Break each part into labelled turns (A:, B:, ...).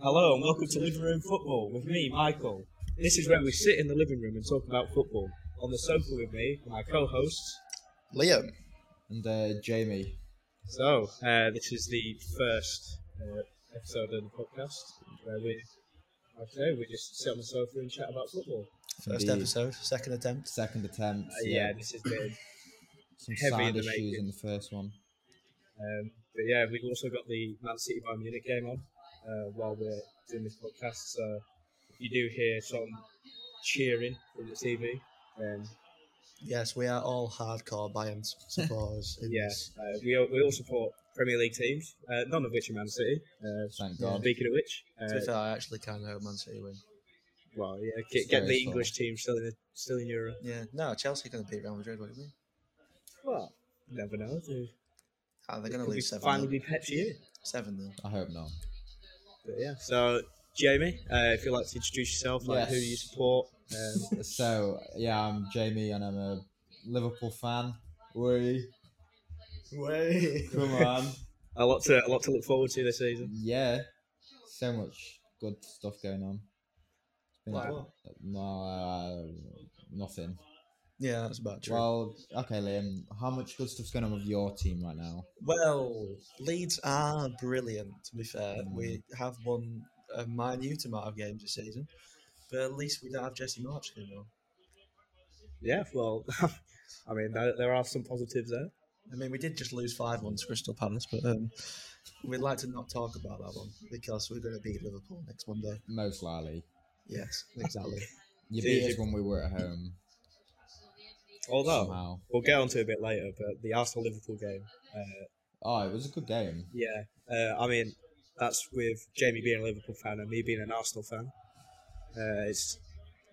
A: Hello and welcome to Living Room Football with me, Michael. This is where we sit in the living room and talk about football. On the sofa with me, my co-hosts.
B: Liam and uh, Jamie.
A: So uh, this is the first uh, episode of the podcast where we, like I say, we just sit on the sofa and chat about football.
C: First
B: Indeed.
C: episode, second attempt.
B: Second attempt.
A: Uh, yeah, this is the
B: some
A: heavy in
B: sound
A: the
B: issues
A: making.
B: in the first one.
A: Um, but yeah, we've also got the Man City by Munich game on uh, while we're doing this podcast. So if you do hear some cheering from the TV, then
C: Yes, we are all hardcore Bayern supporters. in
A: yeah,
C: this.
A: uh, we all, we all support Premier League teams, uh, none of which are Man City. Uh,
B: Thank God.
A: Speaking of which,
C: To be
A: uh,
C: fair, I actually kind of hope Man City win.
A: well, yeah, get,
B: Sorry,
A: get the
B: sorry.
A: English team still in the, still in Europe.
C: Yeah, no, Chelsea going to beat Real Madrid, what do you mean?
A: Well, you never know. They-
C: Ah, they're
A: they
C: going
A: could
C: to
A: be-
C: lose seven.
A: finally be
C: nil.
A: Pep's year.
C: Seven nil.
B: I hope not.
A: But yeah, so Jamie, uh, if you'd like to introduce yourself, like who
B: Yes.
A: you support. Um,
B: So yeah, I'm Jamie and I'm a Liverpool fan. Wee,
C: Way.
B: come on.
A: a lot to a lot to look forward to this season.
B: yeah, so much good stuff going on. It's been
C: Like
B: a-
C: what?
B: no, uh, nothing.
C: Yeah, that's about true. Well,
B: Well, okay, Liam. How much good stuff's going on with your team right now?
C: Leeds are brilliant, to be fair.
B: Mm.
C: We have won a minute amount of games this season, but at least we don't have Jesse March anymore.
A: Yeah, well, I mean, there, there are some positives there.
C: I mean, we did just lose 5 1 to Crystal Palace, but um, we'd like to not talk about that one because we're going to beat Liverpool next Monday.
B: Most likely,
C: Yes, exactly.
B: you
A: See,
B: beat
A: you-
B: us when we were at home.
A: Although
B: Somehow.
A: we'll get onto it a bit later, but the Arsenal Liverpool game. Uh,
B: Oh, it was a good game.
A: yeah, uh, I mean, that's with Jamie being a Liverpool fan and me being an Arsenal fan. Uh, it's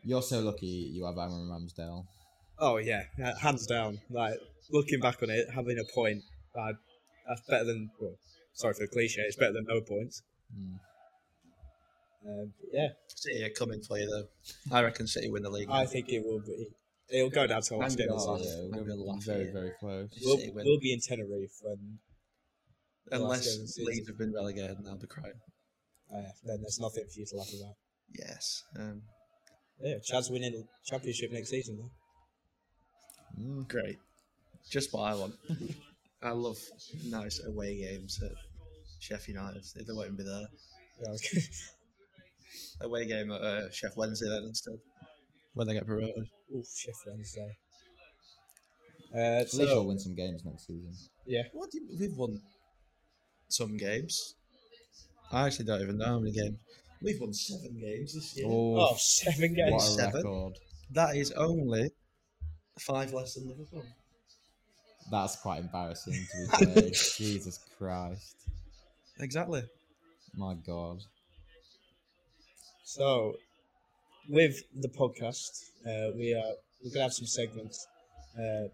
B: You're so lucky you have Aaron Ramsdale.
A: oh yeah, uh, hands down. Like looking back on it, having a point, uh, that's better than. Well, sorry for the cliche. It's better than no points.
B: Mm.
A: Um, yeah,
C: City are coming for you though. I reckon City win the league.
A: I think it will be. It'll go down to the last
C: Thank
A: game. of the
C: God.
A: season.
B: Yeah,
C: I'm
B: we're
C: gonna laugh at
B: very,
C: you.
B: very close.
A: We'll,
C: City win.
A: we'll be in Tenerife when last
C: Unless
A: game of the season.
C: Leeds have been relegated, and I'll be crying.
A: uh, then there's nothing for you to laugh about.
C: Yes. Um,
A: Yeah, Chad's winning the championship next season. Though.
B: Mm.
C: great. Just what I want. I love nice away games at Sheffield United. They won't even be there.
A: Yeah, I was gonna-
C: Away game at uh, Chef Wednesday then instead. When they get promoted.
A: Ooh, Sheffield Wednesday. Uh,
B: At least you'll
A: so,
B: win some games next season.
A: yeah,
C: What do you, we've won some games. I actually don't even know how many games. We've won seven games this year.
B: Oh,
A: oh, seven
B: what a
A: games.
C: seven.
B: record.
C: That is only five less than Liverpool.
B: That's quite embarrassing to be fair. Jesus Christ.
C: Exactly.
B: My God.
A: So, with the podcast, uh, we are we're gonna have some segments. Uh,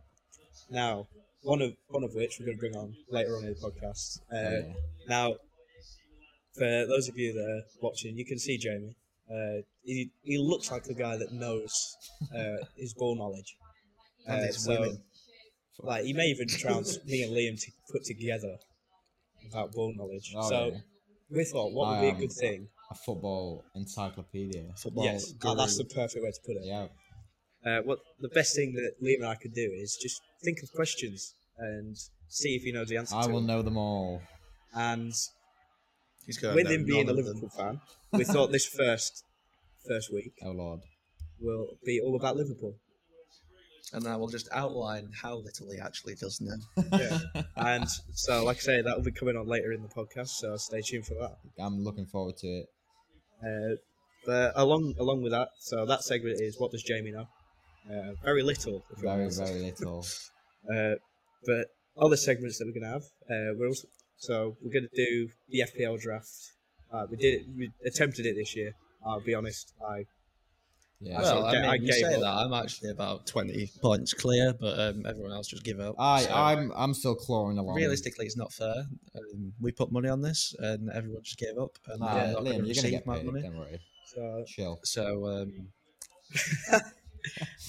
A: now, one of one of which we're gonna bring on later on in the podcast.
B: Oh,
A: Uh,
B: yeah.
A: Now, for those of you that are watching, you can see Jamie. Uh, he, he looks like the guy that knows uh, his ball knowledge.
C: And
A: Uh,
C: it's
A: so,
C: women.
A: like, he may even trounce me and Liam to put together without ball knowledge.
B: Oh,
A: so,
B: yeah.
A: we thought, what would
B: I
A: be a
B: am-
A: good thing?
B: A football encyclopedia.
C: Football.
A: yes, ah, that's the perfect way to put it.
B: Yeah.
A: Uh, what the best thing that Liam and I could do is just think of questions and see if he knows the answer
B: I
A: to
B: will
A: it.
B: know them all.
A: And
C: He's going
A: with
C: there,
A: him being a
C: none of them.
A: Liverpool fan, we thought this first first week
B: Oh, Lord.
A: will be all about Liverpool.
C: And I will just outline how little he actually does know.
A: Yeah. and so, like I say, that will be coming on later in the podcast. So stay tuned for that.
B: I'm looking forward to it.
A: Uh, but along along with that, so that segment is what does Jamie know? Uh, very little. if you
B: Very,
A: want to
B: very little.
A: Uh, but other segments that we're going to have, uh, we're also, so we're going to do the FPL draft. Uh, we did it, we attempted it this year. I'll be honest, I
B: Yeah.
A: Well,
C: Well, I
A: I
C: mean,
A: ga- I
C: you
A: gave
C: say
A: up.
C: that, I'm actually about 20 points clear, but um, everyone else just give up.
B: I,
C: So,
B: I'm, I'm still clawing along.
C: Realistically, it's not fair. Um, we put money on this, and everyone just gave up. And
B: Nah,
C: I'm not going
B: Liam,
C: to
B: you're gonna
C: receive
B: get
C: my
B: paid.
C: money.
B: Don't worry.
A: so
B: Chill.
C: So, um,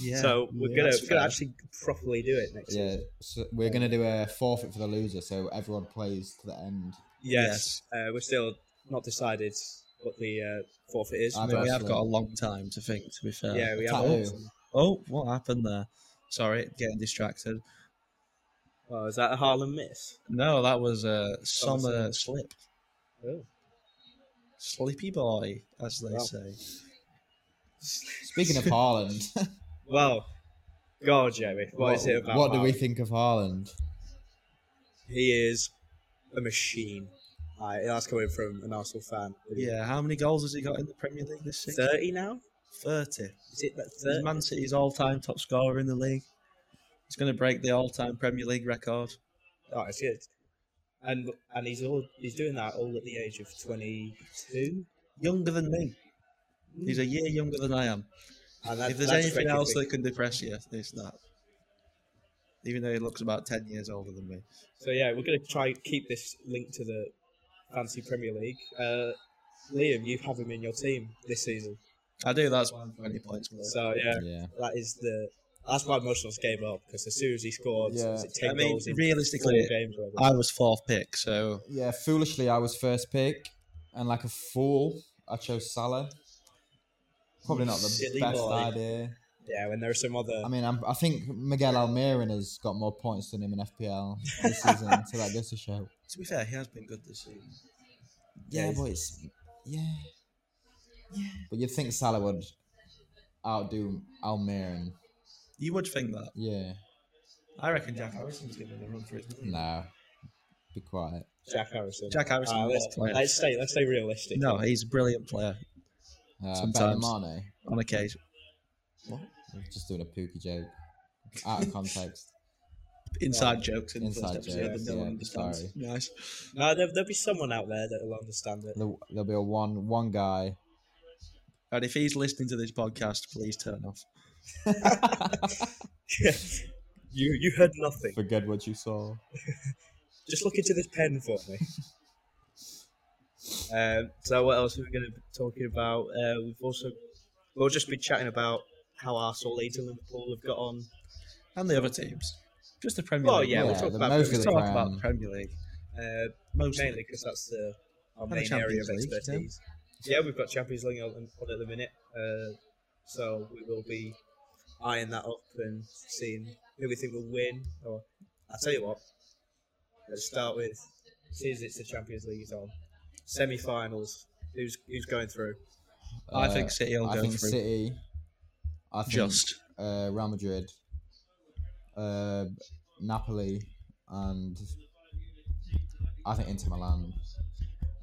C: yeah.
A: so we're
C: yeah,
A: gonna,
C: that's
A: we're gonna
C: fair.
A: actually properly do it next
B: Yeah,
A: season.
B: so we're gonna do a forfeit for the loser, so everyone plays to the end.
A: Yes, Uh, we're still not decided what the uh, forfeit is.
B: I
C: I mean, we have
B: Absolutely.
C: got a long time to think, to be fair.
A: yeah, we have.
B: Tattoo.
C: Oh, what happened there? Sorry, getting distracted.
A: Oh, is that a Harlem miss?
C: No, that was a summer
A: summer.
C: slip.
A: Oh.
C: Sleepy boy, as they
A: Wow.
C: say.
B: Speaking of Haaland,
A: Well, God, Jerry, what is it about?
B: what do we
A: Harlem?
B: think of Haaland?
A: He is a machine. Aye, that's coming from an Arsenal fan.
C: Yeah, how many goals has he got in the Premier League this season?
A: thirty now.
C: 30.
A: Is it that
C: He's
A: thirty?
C: Man City's all time top scorer in the league. He's going to break the all time Premier League record.
A: Oh, it's good. And and he's all he's doing that all at the age of twenty two.
C: Younger than me. He's a year younger than I am.
A: And that,
C: if there's
A: that's
C: anything
A: breaking
C: else
A: things.
C: that can depress you, it's that. Even though he looks about 10 years older than me.
A: So yeah, we're going to try and keep this linked to the fancy Premier League. Uh, Liam, you have him in your team this season,
C: I do, that's why I'm 20 points more.
A: so yeah,
B: Yeah.
A: that is the that's why Motionless gave up because as soon as he scored,
B: Yeah.
A: was it ten
C: I mean,
A: goals in
C: realistically,
A: four games. or whatever?
C: I was fourth pick, so
B: Yeah, foolishly, I was first pick, and like a fool, I chose Salah. Probably not the
A: Silly
B: best
A: boy.
B: idea.
A: yeah, when there are some other
B: I mean, I'm, I think Miguel Almiron has got more points than him in FPL this season, so that goes to show.
C: to be fair, he has been good this season.
B: Yeah,
A: Yeah,
B: but it's yeah, But you'd think Salah would outdo Almiron.
C: You would think that.
B: Yeah,
C: I reckon Jack Harrison's giving him a run for his money.
B: no, be quiet.
A: Jack Harrison.
C: Jack Harrison,
A: Ah,
C: best
A: let's,
C: player.
A: let's stay let's stay realistic.
C: No, he's a brilliant player
B: Uh, better
C: Sometimes.
B: Mane.
C: on occasion.
B: We're just doing a pooky joke, out of context.
C: Inside jokes in the
B: Inside
C: first episode
B: jokes,
C: that no one
B: yeah,
C: understands.
B: sorry.
C: Nice.
A: no, there, there'll be someone out there that'll understand it.
B: There'll there'll be a one one guy.
C: And if he's listening to this podcast, please turn off.
A: you you heard nothing.
B: Forget what you saw.
A: Just look into this pen for me. um, so what else are we going to be talking about? Uh, we've also we'll just be chatting about how Arsenal, Leeds, and Liverpool have got on.
C: And the other teams. Just the Premier
A: Well,
C: League.
A: yeah, we'll
B: Yeah,
A: talk
B: the
A: about
B: most
A: we'll
B: of
C: Let's
B: the
A: talk
C: talk
B: crowd.
C: about the Premier League.
A: uh,
C: Mostly.
A: mainly because that's the our
C: And the
A: main area
C: Champions
A: of
C: League, yeah.
A: expertise. Yeah, we've got Champions League on, on at the minute, uh, so we will be eyeing that up and seeing who we think will win. Or I tell you what, let's start with since it's the Champions League is on semi-finals. Who's who's going through?
C: I
B: Uh,
C: think City will
B: I
C: go
B: think
C: through.
B: City. I think
C: Just.
B: uh, Real Madrid, uh, Napoli, and I think Inter Milan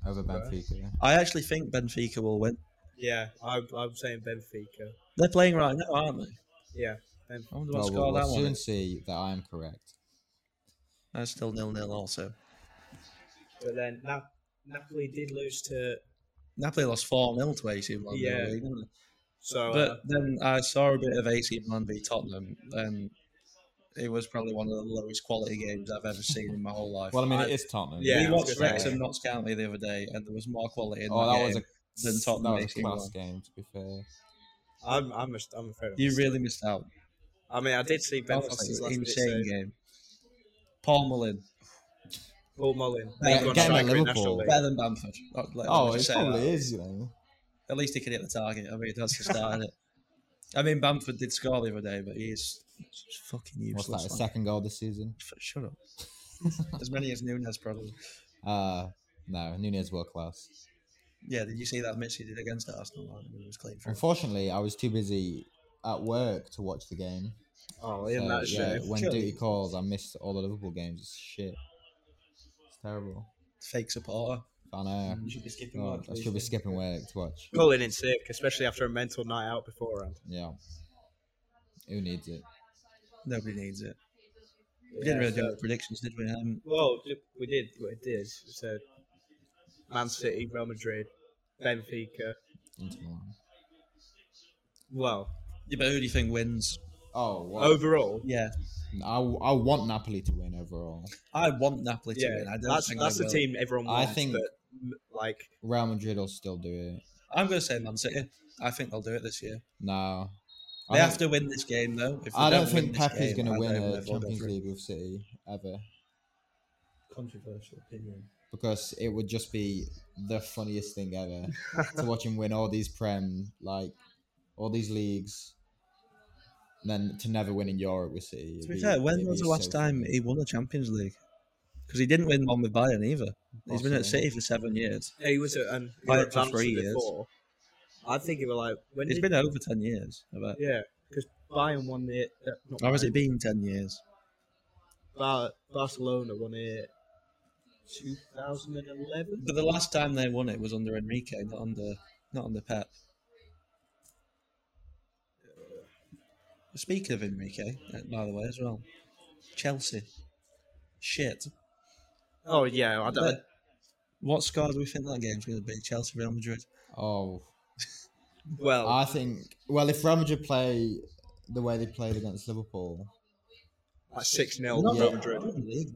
B: over Benfica.
C: I actually think Benfica will win.
A: Yeah, I'm, I'm saying Benfica.
C: They're playing right now, aren't they?
A: Yeah,
C: I wonder what
B: Well,
C: score
B: we'll,
C: that
B: we'll
C: one
B: soon
C: is.
B: see that I am correct.
C: That's still nil nil also.
A: but then Nap- Napoli did lose to
C: Napoli lost 4 0 to AC Milan. in the
A: Yeah.
C: league, didn't they?
A: so. uh,
C: But then I saw a bit of AC Milan v Tottenham, and it was probably one of the lowest quality games I've ever seen in my whole life.
B: Well, I mean,
A: I-
B: it is Tottenham.
A: yeah,
C: we
A: I was
C: watched
A: gonna say,
C: Wrexham Notts County the other day, and there was more quality in
B: Oh,
C: that,
B: that was
C: game.
B: a
C: than Tottenham
B: that was a
C: AC
B: class
C: Milan.
B: game. To be fair,
A: I'm I'm a, I'm afraid. I'm
C: You really missed out.
A: I mean, I did see Ben
C: Honestly,
A: Foster's last minute
C: insane
A: save.
C: game. Paul Mullin,
A: Paul Mullin.
C: Yeah,
A: He's gone
C: game at
A: striker in
B: Liverpool.
A: National League.
C: better than Bamford. Not- let- let
B: oh,
C: me
B: it
C: just say
B: probably
C: that.
B: is. You know,
C: At least he can hit the target. I mean, that's the start of it. I mean, Bamford did score the other day, but he is just fucking
B: what's
C: useless.
B: that? His
C: man.
B: second goal this season?
C: F- Shut up. as many as Nunes probably.
B: Uh no, Nunez world class.
C: Yeah, did you see that miss he did against Arsenal? I mean, it was clean for him.
B: Unfortunately, I was too busy at work to watch the game.
A: Oh, isn't
B: So,
A: that
B: yeah,
A: shame?
B: when
C: Surely.
B: duty calls, I missed all the Liverpool games. It's shit. It's terrible.
C: fake supporter.
B: I know.
C: Mm, You Oh, should be skipping
B: God, I should be skipping work to watch.
A: Calling in sick, especially after a mental night out beforehand.
B: Yeah. Who needs it?
C: Nobody needs it. We
A: Yeah,
C: didn't really do
A: so-
C: any predictions, did we? Um,
A: Well, d- we did. We did. So, Man City, Real Madrid, Benfica.
B: Inter Milan.
A: Well,
C: yeah, but who do you think wins?
B: Oh, wow.
A: overall,
C: Yeah,
B: I, I want Napoli to win overall.
C: I want Napoli to
A: yeah,
C: win. I don't
A: that's
C: think
A: that's
C: they
A: the
C: will.
A: team everyone
B: I
A: wants.
B: think-
A: but m- like
B: Real Madrid will still do it.
C: I'm going to say Man City. I think they'll do it this year.
B: No.
C: They
B: I
C: have
B: don't,
C: to win this game, though. If they
B: I don't
C: win
B: think
C: this
B: Pepe's
C: game,
B: going
C: I
B: to win
C: don't know
B: a
C: if they'll go
B: Champions
C: through.
B: League with City ever.
C: Controversial opinion.
B: because it would just be the funniest thing ever to watch him win all these prem like all these leagues. And then to never win in Europe with City.
C: To
B: it'd
C: be
B: be-
C: fair, when
B: it'd
C: was
B: be
C: the last
B: so
C: time
B: funny.
C: he won the Champions League? Because he didn't win one with Bayern either. He's been at
B: Barcelona.
C: City for seven years.
A: Yeah, he was at um,
C: Like,
A: Europe
C: for
A: Bouncer
C: three years.
A: before. I think he was like when
C: It's
A: did
C: been over ten years. I bet.
A: yeah because Bayern won it. Uh, not
C: Or
A: Bayern,
C: has Oh, it been ten years?
A: Bar- Barcelona won it 2011.
C: But the last time they won it was under Enrique, not under not under Pep. Uh, Speaking of Enrique, uh, by the way, as well, Chelsea, shit.
A: Oh yeah, I don't.
C: But what score do we think that game's going to be? Chelsea, Real Madrid.
B: Oh,
C: Oh.
A: Well,
B: I think. Well, if Real Madrid play the way they played against Liverpool,
A: that's six 0
B: Not
A: Oh, Real
B: that-
A: Madrid.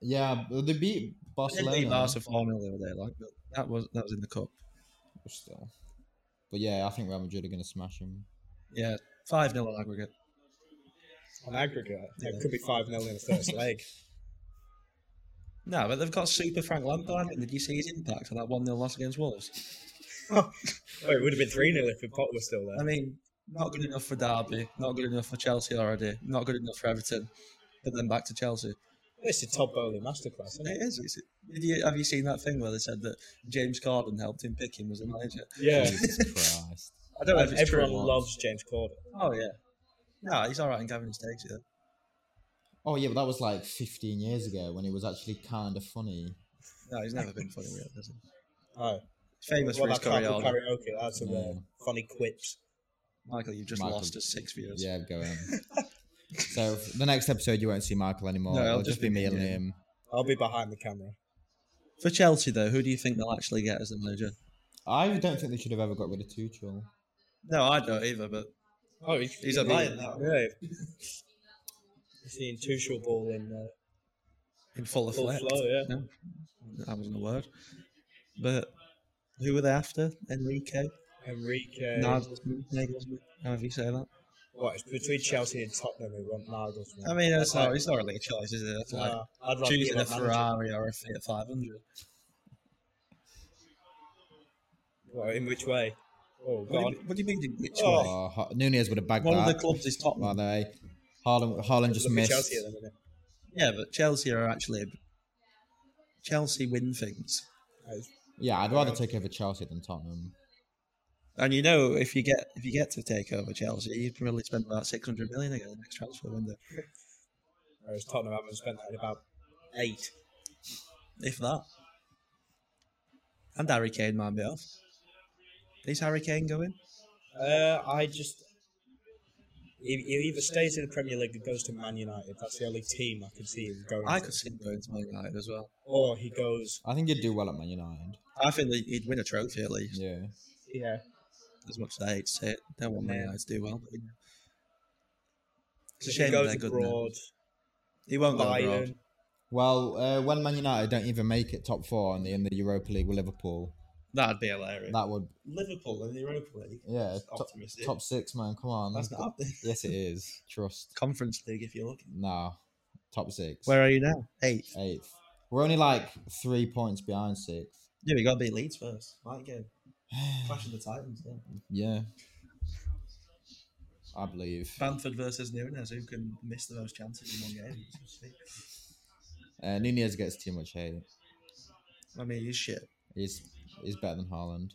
B: yeah, but they beat Barcelona.
C: Barcelona. Barca four 0 the other day, like but that was that was in the cup.
B: still. But yeah, I think Real Madrid are going to smash him.
C: Yeah, five 0 on aggregate.
A: On aggregate, it could be five 0 in the first leg.
C: No, but they've got super Frank Lampard. And did you see his impact on that one 0 loss against Wolves?
A: Oh, it would have been three 0 if Potter was still
C: I
A: there.
C: mean, not good enough for Derby, not good enough for Chelsea already, not good enough for Everton, but then back to Chelsea.
A: It's a Todd Bowley masterclass. Isn't it?
C: It is. It's, did you, have you seen that thing where they said that James Corden helped him pick him as a manager?
A: Yeah,
B: Jesus Christ.
A: I don't know if
C: If it's true or
A: everyone
B: not.
A: loves James Corden.
C: Oh yeah. No, he's all right in Gavin mistakes. Yeah.
B: Oh yeah, but that was like 15 years ago when it was actually kind of funny.
C: No, he's never been funny, really, has he?
A: Oh,
C: Famous
A: well,
C: for his
A: that type of
C: choreography.
A: karaoke. That's some uh,
B: No.
A: funny quips.
C: Michael, you've just
B: Michael-
C: lost us six viewers.
B: Yeah, go on. so f- the next episode, you won't see Michael anymore.
C: No,
B: it'll,
C: it'll just
B: just be
C: be
B: me
C: me,
B: and
C: yeah.
B: Liam.
A: I'll be behind the camera.
C: For Chelsea, though, who do you think they'll actually get as the manager?
B: I don't think they should have ever got rid of Tuchel.
C: No, I don't either, but
A: Oh, he's,
C: He's a lion now.
A: Yeah. Seeing Tuchel ball in uh,
C: in full
A: full
C: effect.
A: flow, yeah.
C: No, that wasn't a word. But who were they after? Enrique?
A: Enrique.
C: Nagelsmann, Nagelsmann, however you say that.
A: What, it's between Chelsea and Tottenham, we want Nagelsmann.
C: I mean, that's
A: Like,
C: not, it's not really a choice, is it? It's like
A: uh, I'd rather
C: choosing
A: be
C: a
A: a Ferrari.
C: Ferrari or a Fiat 500.
A: Well, in which way? Oh,
C: What
A: God.
C: do, you, what do you mean? in Which
A: Oh,
C: way?
B: Oh, Ha- Nunez would have bagged
C: One of the
B: that.
C: clubs is Tottenham.
B: by the way, Harlan, Harlan just
A: Look at
B: missed.
A: Chelsea at the minute.
C: Yeah, but Chelsea are actually. Chelsea win things.
B: Yeah, I'd rather take over Chelsea than Tottenham.
C: And you know, if you get if you get to take over Chelsea, you'd probably spend about six hundred million again in the next transfer window,
A: Whereas Tottenham haven't spent that in about eight.
C: if that. And Harry Kane might be off. Is Harry Kane going?
A: Uh, I just. He, he either stays in the Premier League or goes to Man United. That's the only team I can see him going
C: I
A: to.
C: could see him going to Man United as well.
A: Or he goes,
B: I think he'd do well at Man United.
C: I think that he'd win a trophy at least.
B: Yeah.
A: yeah,
C: as much as I hate to say it. Don't want Man
A: Yeah.
C: United to do well. But, you know. It's a
A: he
C: shame that
A: goes
C: they're good now.
A: abroad,
C: He won't go abroad.
A: Bayern,
B: Well, uh, when Man United don't even make it top four in the, in the Europa League with Liverpool,
C: That'd be hilarious.
B: that would
C: Liverpool in the Europa League.
B: yeah top,
C: optimistic.
B: top six man. Come on,
C: That's not happening.
B: yes it is. Trust
C: Conference League, if you're looking.
B: no top six.
C: Where are you now? Eighth.
B: Eighth. We're only like three points behind sixth.
C: Yeah, we got to beat Leeds first. Might game. Clash of the Titans. Yeah.
B: yeah, I believe.
C: Bamford versus Nunes. Who can miss the most chances in one game?
B: Uh, Nunez gets too much hate.
C: I mean, he's shit.
B: He's he's better than Haaland.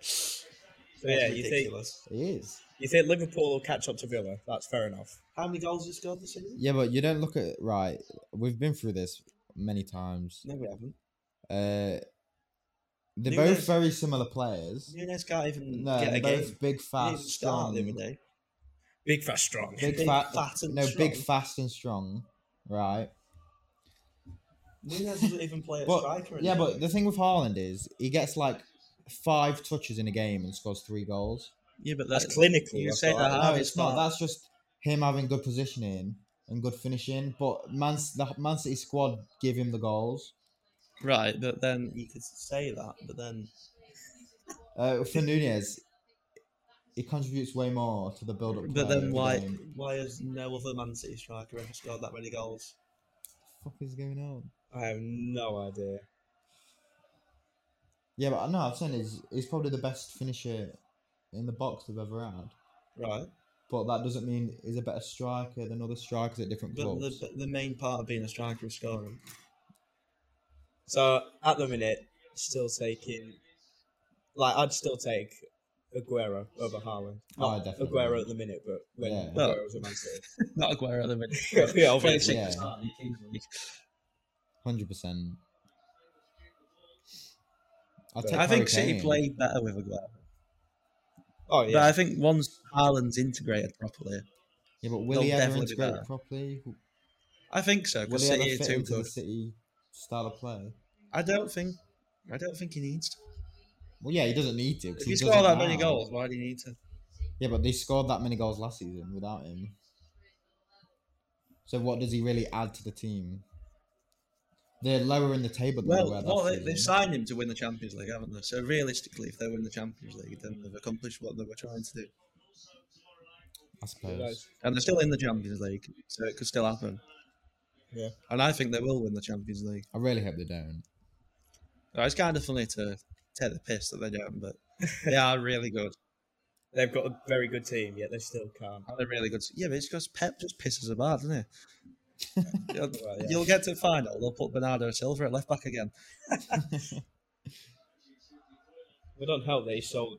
A: So yeah,
C: That's
A: you think
C: ridiculous.
B: He is.
A: you think Liverpool will catch up to Villa? That's fair enough.
C: How many goals has he scored this season?
B: Yeah, but you don't look at right. We've been through this many times.
C: No, we haven't.
B: Uh, they're both
C: Nunes-
B: very similar players.
C: Nunes can't even
B: No,
C: get
B: they're
C: a game.
B: both big,
C: He didn't even
B: fast,
C: start the other
B: strong.
C: day.
A: Big, fast, strong.
B: Big,
C: Big,
B: fat,
C: fat and
B: no, big,
C: strong.
B: fast and strong, right?
C: Nunes doesn't even play at
B: But-
C: striker.
B: Yeah,
C: anymore.
B: but the thing with Haaland is he gets like five touches in a game and scores three goals.
C: Yeah, but
A: That's
C: that's
A: clinical.
C: you
A: that's
C: say
A: all
C: that
A: right.
B: no,
C: Harvey's
B: it's not.
C: fault.
B: That's just him having good positioning and good finishing. But Man, the Man City squad give him the goals.
C: right. But then you could say that, but then
B: Uh, for Nunez, he contributes way more to the build-up. play
C: but
B: of
C: then
B: the
C: why
B: game.
C: why has no other Man City striker ever scored that many goals?
B: fuck is going on?
A: I have no idea.
B: Yeah, but no, I've seen he's he's probably the best finisher in the box we've ever had.
C: Right.
B: But that doesn't mean he's a better striker than other strikers at different
C: But the,
B: clubs.
C: but the main part of being a striker is scoring.
A: So at the minute, still taking. Like I'd still take Aguero over Haaland.
B: Oh,
A: Not
B: definitely.
A: Aguero at the minute, but when
B: Yeah.
A: Aguero
C: Well-
A: was at Man City.
C: Not Aguero at the minute.
A: Yeah, obviously.
B: Yeah.
C: I
B: Hundred percent.
A: But
C: think City played better with Aguero.
A: Oh
C: But I
A: yeah,
C: think once Haaland's integrated properly,
B: Yeah, but will he
C: They'll
B: ever
C: definitely be
B: integrate
C: better.
B: properly?
C: I think so.
B: Will
C: Because
B: he ever
C: City are
B: fit
C: too
B: into the
C: good.
B: City style of play?
C: I don't think. I don't think he needs to.
B: Well, yeah, he doesn't need to. 'cause
C: If
B: he
C: you
B: doesn't
C: score that many
B: now.
C: goals, why do you need to?
B: Yeah, but they scored that many goals last season without him. So what does he really add to the team? They're lower in the table than
C: Well,
B: they were last
C: well they,
B: season.
C: they've signed him to win the Champions League, haven't they? So realistically, if they win the Champions League, then they've accomplished what they were trying to do,
B: I suppose.
C: and they're still in the Champions League, so it could still happen.
A: Yeah.
C: and I think they will win the Champions League.
B: I really hope they don't.
C: Uh, It's kind of funny to take the piss that they don't, but they are really good.
A: they've got a very good team, yet they still can't.
C: And They're really good. Yeah, but it's because Pep just pisses about, doesn't he? you'll,
A: Well, yeah.
C: you'll get to the final. They'll put Bernardo Silva at left back again.
A: We don't help that he sold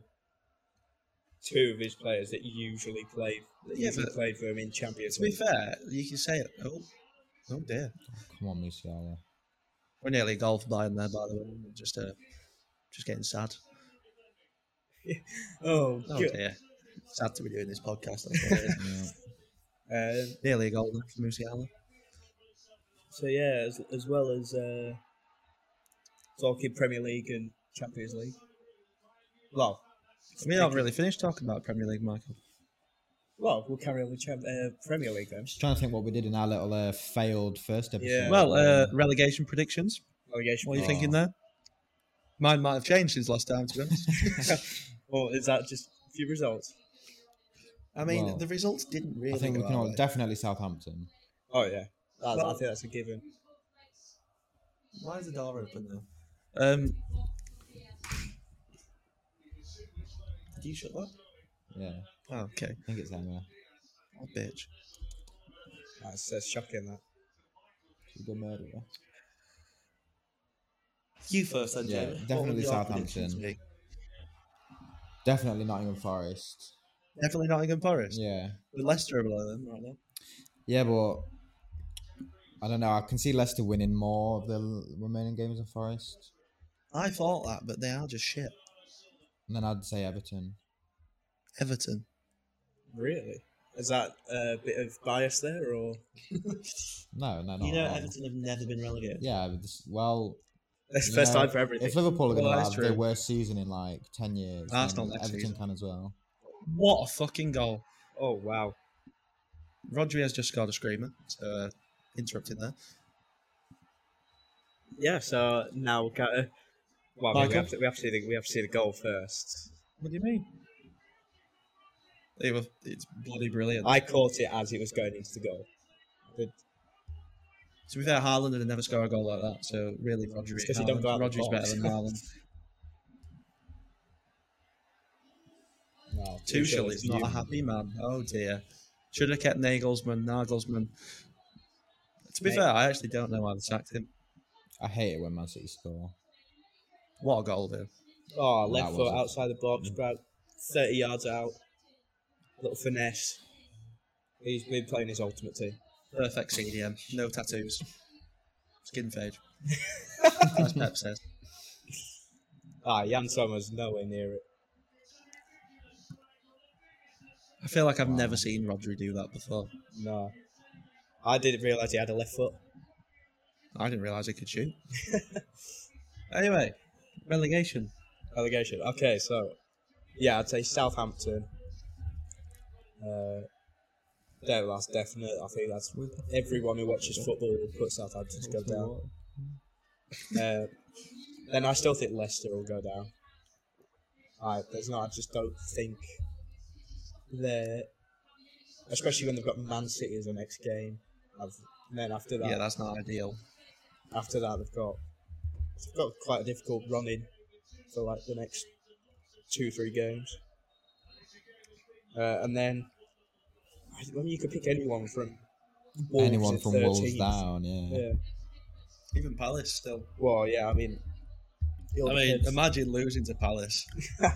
A: two of his players that usually play that
C: Yeah,
A: usually
C: but-
A: played for him in Champions
C: To be
A: League.
C: fair, you can say it. Oh, oh dear.
B: Come on, Musiala.
C: We're nearly a golf blind there, by the way. Just, uh, just getting sad.
A: Oh,
C: Oh
A: good.
C: dear. Sad to be doing this podcast. That's what it is.
B: Yeah.
A: Um,
C: nearly a golden for Musiala.
A: so yeah, as, as well as uh, talking Premier League and Champions League. Well,
C: We haven't really finished talking about Premier League, Michael.
A: well, we'll carry on with Champ- uh, Premier League then.
B: Just trying to think what we did in our little uh, failed first episode.
A: Yeah.
C: Well, uh, relegation predictions.
A: Relegation.
C: What are you
B: um, Oh.
C: thinking there? Mine might have changed since last time, to be honest.
A: Or is that just a few results?
C: I mean,
B: Well,
C: the results didn't really.
B: I think we
C: go
B: can
C: our
B: all
C: way.
B: definitely Southampton.
A: Oh yeah, That- I
C: Well-
A: think that's a given.
C: Why is the door open now? Um, do you shut that?
B: Yeah,
C: Oh, okay.
B: I think it's Emma.
C: Oh, bitch.
A: That's, that's shocking. That.
B: She's a good murderer.
C: You first, then,
B: Yeah,
C: Jamie. What would
B: definitely
C: your
B: Southampton.
C: predictions be?
B: Definitely Nottingham Forest.
C: Definitely Nottingham Forest.
B: Yeah,
C: But Leicester are below them right now.
B: yeah, but I don't know. I can see Leicester winning more of the l- remaining games of Forest,
C: I thought that, but they are just shit.
B: and then I'd say Everton.
C: Everton.
A: Really? Is that a bit of bias there, or
B: No, no, not
C: you know,
B: at all.
C: Everton have never been relegated.
B: Yeah, but this, well,
A: that's
B: You
A: first
B: know,
A: time for everything?
B: if Liverpool are going
C: Well,
B: to
C: that's
B: have their
C: true.
B: worst season in like ten years,
C: Arsenal
B: then
C: next
B: Everton
C: season.
B: can as well.
C: What a fucking goal!
A: Oh wow!
C: Rodri has just scored a screamer. So, uh, interrupted there.
A: Yeah. So now we got. to well, I mean, we
C: Michael?
A: have to we have to see the we have to see the goal first.
C: What do you mean? It was, it's bloody brilliant.
A: I caught it as it was going into the goal.
C: To be fair, Haaland would never score a goal like that. So really, Rodri.
A: It's 'cause he don't go out
C: Haaland-
A: the
C: Rodri's
A: box.
C: better than Haaland.
A: No,
C: Tuchel is not a happy man. Oh dear. Should have kept Nagelsmann. Nagelsmann. To be
A: Mate.
C: fair, I actually don't know why they sacked him.
B: I hate it when Man City score.
C: What a goal, though.
A: Oh,
B: That
A: left
B: was
A: foot
B: a-
A: outside the box, about thirty yards out. Little finesse. He's been playing his ultimate team.
C: Perfect CDM. No tattoos. Skin fade. As Pep says.
A: Ah, Jan Sommer's nowhere near it.
C: I feel like I've
B: Wow.
C: never seen Rodri do that before.
A: No, I didn't realise he had a left foot.
C: I didn't realise he could shoot. anyway, relegation.
A: Relegation. Okay, so yeah, I'd say Southampton. Uh, that- that's definite. I think that's everyone who watches football will put Southampton to go down. Uh, then I still think Leicester will go down. I there's no, I just don't think they're, especially when they've got Man City as the next game. I've, And then after that,
C: Yeah, that's not ideal.
A: after that they've got they've got quite a difficult run in for like the next two three games, uh, and then I mean, you could pick anyone from Wolves
B: Anyone
A: at
B: from Wolves
A: 13th.
B: down, yeah.
A: Yeah.
C: Even Palace still.
A: Well, yeah. I mean, it all
C: I mean,
A: depends.
C: imagine losing to Palace.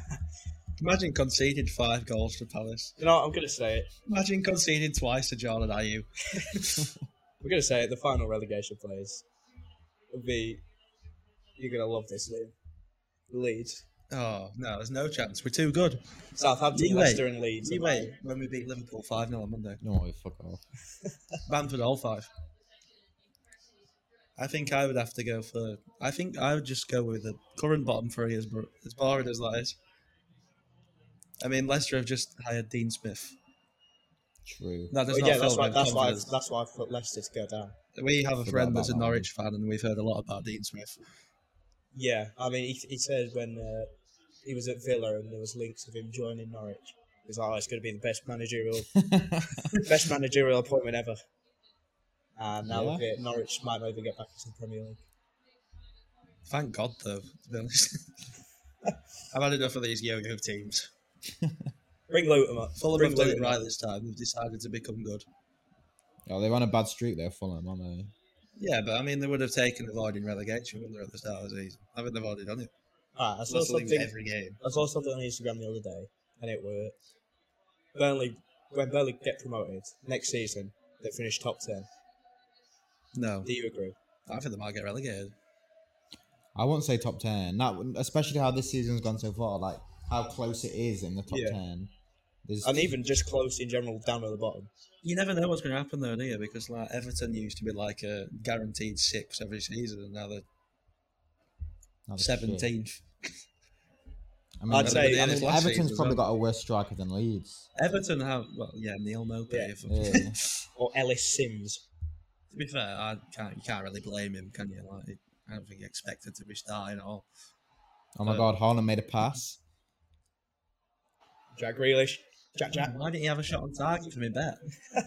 C: imagine conceding five goals to Palace.
A: you know, what, I'm gonna say it.
C: Imagine conceding twice to Jordan Ayew.
A: We're gonna say it. The final relegation players will be. You're gonna love this, Liam. Leeds,
C: Oh no, there's no chance. We're too good.
A: Southampton,
C: You wait.
A: Leicester, and Leeds.
C: You wait when we beat Liverpool five 0 on Monday.
B: No, fuck off.
C: Bamford all five. I think I would have to go for. I think I would just go with the current bottom three, as, bor- as boring as that is. I mean, Leicester have just hired Dean Smith.
B: True.
C: That does
A: Well,
C: not
A: yeah,
C: fill
A: that's
C: me
A: why.
C: with
A: That's why. I've,
C: confidence.
A: that's why I've put Leicester to go down.
C: We have a
B: Forgot
C: friend
B: about
C: that's a
B: that one.
C: Norwich fan, and we've heard a lot about Dean Smith.
A: Yeah, I mean, he, he said when uh, he was at Villa and there was links of him joining Norwich. He was like, "Oh, it's going to be the best managerial, best managerial appointment ever." And now look at it, Norwich might not even get back into the Premier League.
C: Thank God, though. To be honest, I've had enough of these yo-yo teams.
A: Bring Luton up.
C: Fulham
A: Bring
C: have done it
A: Luton
C: right
A: up.
C: this time. They've decided to become good.
B: oh, they're on a bad streak there, Fulham, aren't they?
C: Yeah, but I mean, they would have taken avoiding relegation wouldn't they, at the start of the season. I think they've already done it.
A: Alright, I saw
C: That's
A: something.
C: every game.
A: I saw something on Instagram the other day, and it were Burnley when Burnley get promoted next season, they finish top ten.
C: No,
A: Do you agree?
C: I think they might get relegated.
B: I won't say top ten. Not especially how this season's gone so far. Like how close it is in the top
A: Yeah.
B: ten. There's
A: And even just close in general, down at the bottom.
C: You never know what's going to happen though, do you? Because like Everton used to be like a guaranteed six every season, and now they're
B: Oh, shit.
C: seventeenth.
B: I mean,
A: I'd say-
B: I
A: Yeah,
B: mean,
C: this last
B: Everton's
C: season as
B: probably
C: well.
B: got a worse striker than Leeds.
C: Everton have well, yeah, Neil Mopey.
A: Yeah.
C: if-
B: Yeah.
A: Or Ellis Sims.
C: To be fair, I can't you can't really blame him, can you? Like, I don't think he expected to be starting at all.
B: Oh my
C: Uh,
B: God, Haaland made a pass.
A: Jack Grealish. Jack Jack.
C: Why didn't he have a shot on target from his bet?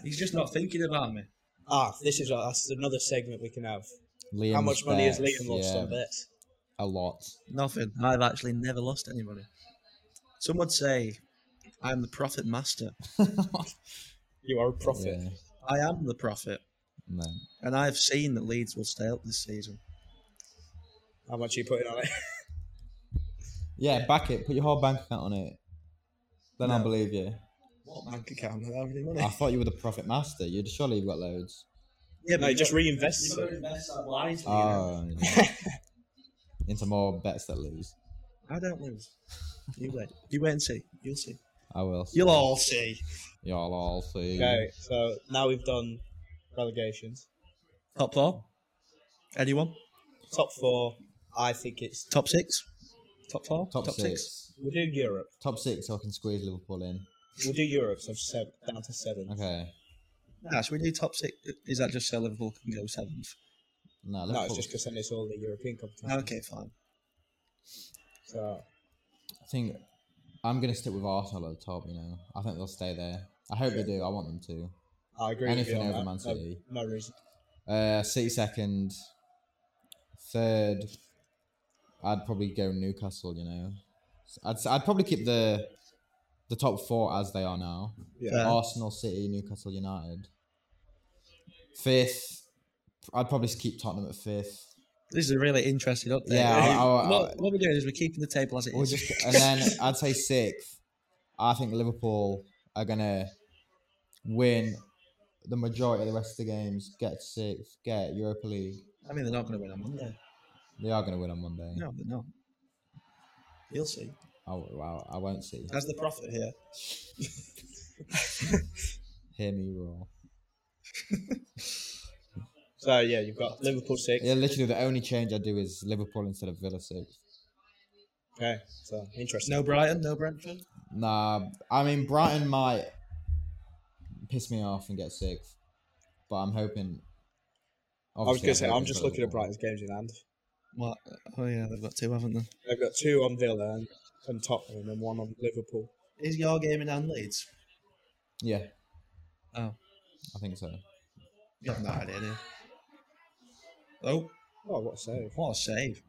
C: He's just not thinking about me.
A: Ah, this is that's another segment we can have.
B: Liam's
A: How much money has
B: bets,
A: Liam lost
B: yeah,
A: on bets?
B: A lot.
C: Nothing. I've actually never lost anybody. Some would say I'm the profit master.
A: You are a prophet.
B: Yeah.
C: I am the profit,
B: No.
C: and I've seen that Leeds will stay up this season.
A: How much are you putting on it?
B: Yeah, back it. Put your whole bank account on it. Then I'll
C: No.
B: believe you.
C: What bank account? I don't have any money.
B: I thought you were the profit master. You'd surely you've got loads.
C: yeah,
A: No, you just reinvested
C: you've got to
A: it.
C: invest that wisely. you know.
B: Oh, yeah. into more bets that lose.
C: I don't lose. You wait. You wait and see. You'll see.
B: I will.
C: You'll all see.
B: Y'all all see.
A: Okay, so now we've done relegations.
C: Top four. Anyone?
A: Top four. I think it's
C: Top six. Top four.
B: Top, six.
A: we'll do Europe.
B: Top six. So I can squeeze Liverpool in.
A: We'll do Europe. So seven, down to seven.
B: Okay.
C: Nah, should we do top six? Is that just so Liverpool can go seventh?
B: No,
A: No,
B: Liverpool.
A: it's just because then it's all the European competition.
C: Okay, fine.
A: So
B: I think I'm gonna stick with Arsenal at the top. You know, I think they'll stay there. I hope they do. I want them to.
A: I agree.
B: Anything
A: with you on
B: over
A: that.
B: Man
A: No-
B: City.
A: No, reason.
B: Uh, City second, third. I'd probably go Newcastle. You know, I'd I'd probably keep the the top four as they are now.
A: Yeah.
C: Fair.
B: Arsenal, City, Newcastle United. Fifth, I'd probably keep Tottenham at fifth.
C: This is a really interesting update.
B: Yeah, I- I-
C: what, what we're doing is we're keeping the table as it
B: Or
C: is.
B: just, and then I'd say sixth. I think Liverpool are gonna win the majority of the rest of the games. Get sixth. Get Europa League.
C: I mean, they're not going to win on Monday.
B: They are gonna win on Monday.
C: No, they're not. You'll see.
B: Oh wow! I won't see.
C: As the prophet here,
B: Hear me roar.
A: So yeah, you've got Liverpool six.
B: Yeah, literally the only change I do is Liverpool instead of Villa six.
A: Okay, so interesting.
C: no Brighton, no Brentford.
B: Nah, I mean Brighton might piss me off and get sixth, but I'm hoping.
A: I was
B: obviously,
A: gonna say I'm
B: hoping
A: just
B: for
A: looking at
B: Liverpool.
A: Brighton's games in hand.
C: What? Oh yeah, they've got two, haven't they?
A: They've got two on Villa and, and Tottenham, and one on Liverpool.
C: Is your game in hand Leeds?
B: Yeah,
C: Oh,
B: I think so.
C: You have no idea, do you? Oh,
A: Oh, what a save!
C: what a save.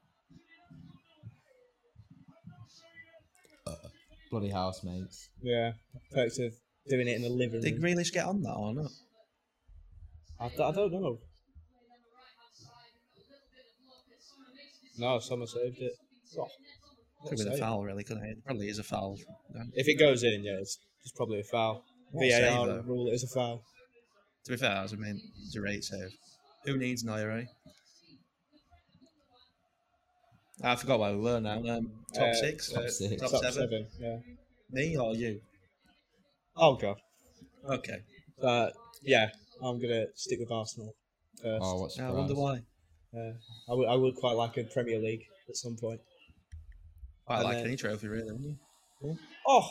B: Bloody housemates.
A: Yeah, perks of doing it in the living
C: Did
A: room.
C: Grealish get on that or not?
A: I, d- I don't know. No, someone saved it. Oh, what
C: Could
A: a
C: have been a
A: save.
C: foul, really, couldn't it? It probably is a foul.
A: If it goes in, yeah, it's, it's probably a foul.
C: What a save,
A: VAR
C: though.
A: rule it as a foul.
C: To be fair, that was a mean, it's a great save. Who needs Neuer? eh? Ah, I forgot where we were now. Um, top
A: Uh,
C: six,
B: top
C: uh,
B: six.
C: top,
A: Top
C: seven.
A: seven. Yeah.
C: Me or you?
A: Oh god.
C: Okay.
A: Uh, yeah, I'm gonna stick with Arsenal. First.
B: Oh, what's
C: Now I wonder why.
A: Uh, I would I would quite like a Premier League at some point.
C: Quite
A: And
C: like
A: then-
C: any trophy, really. Wouldn't you?
A: Oh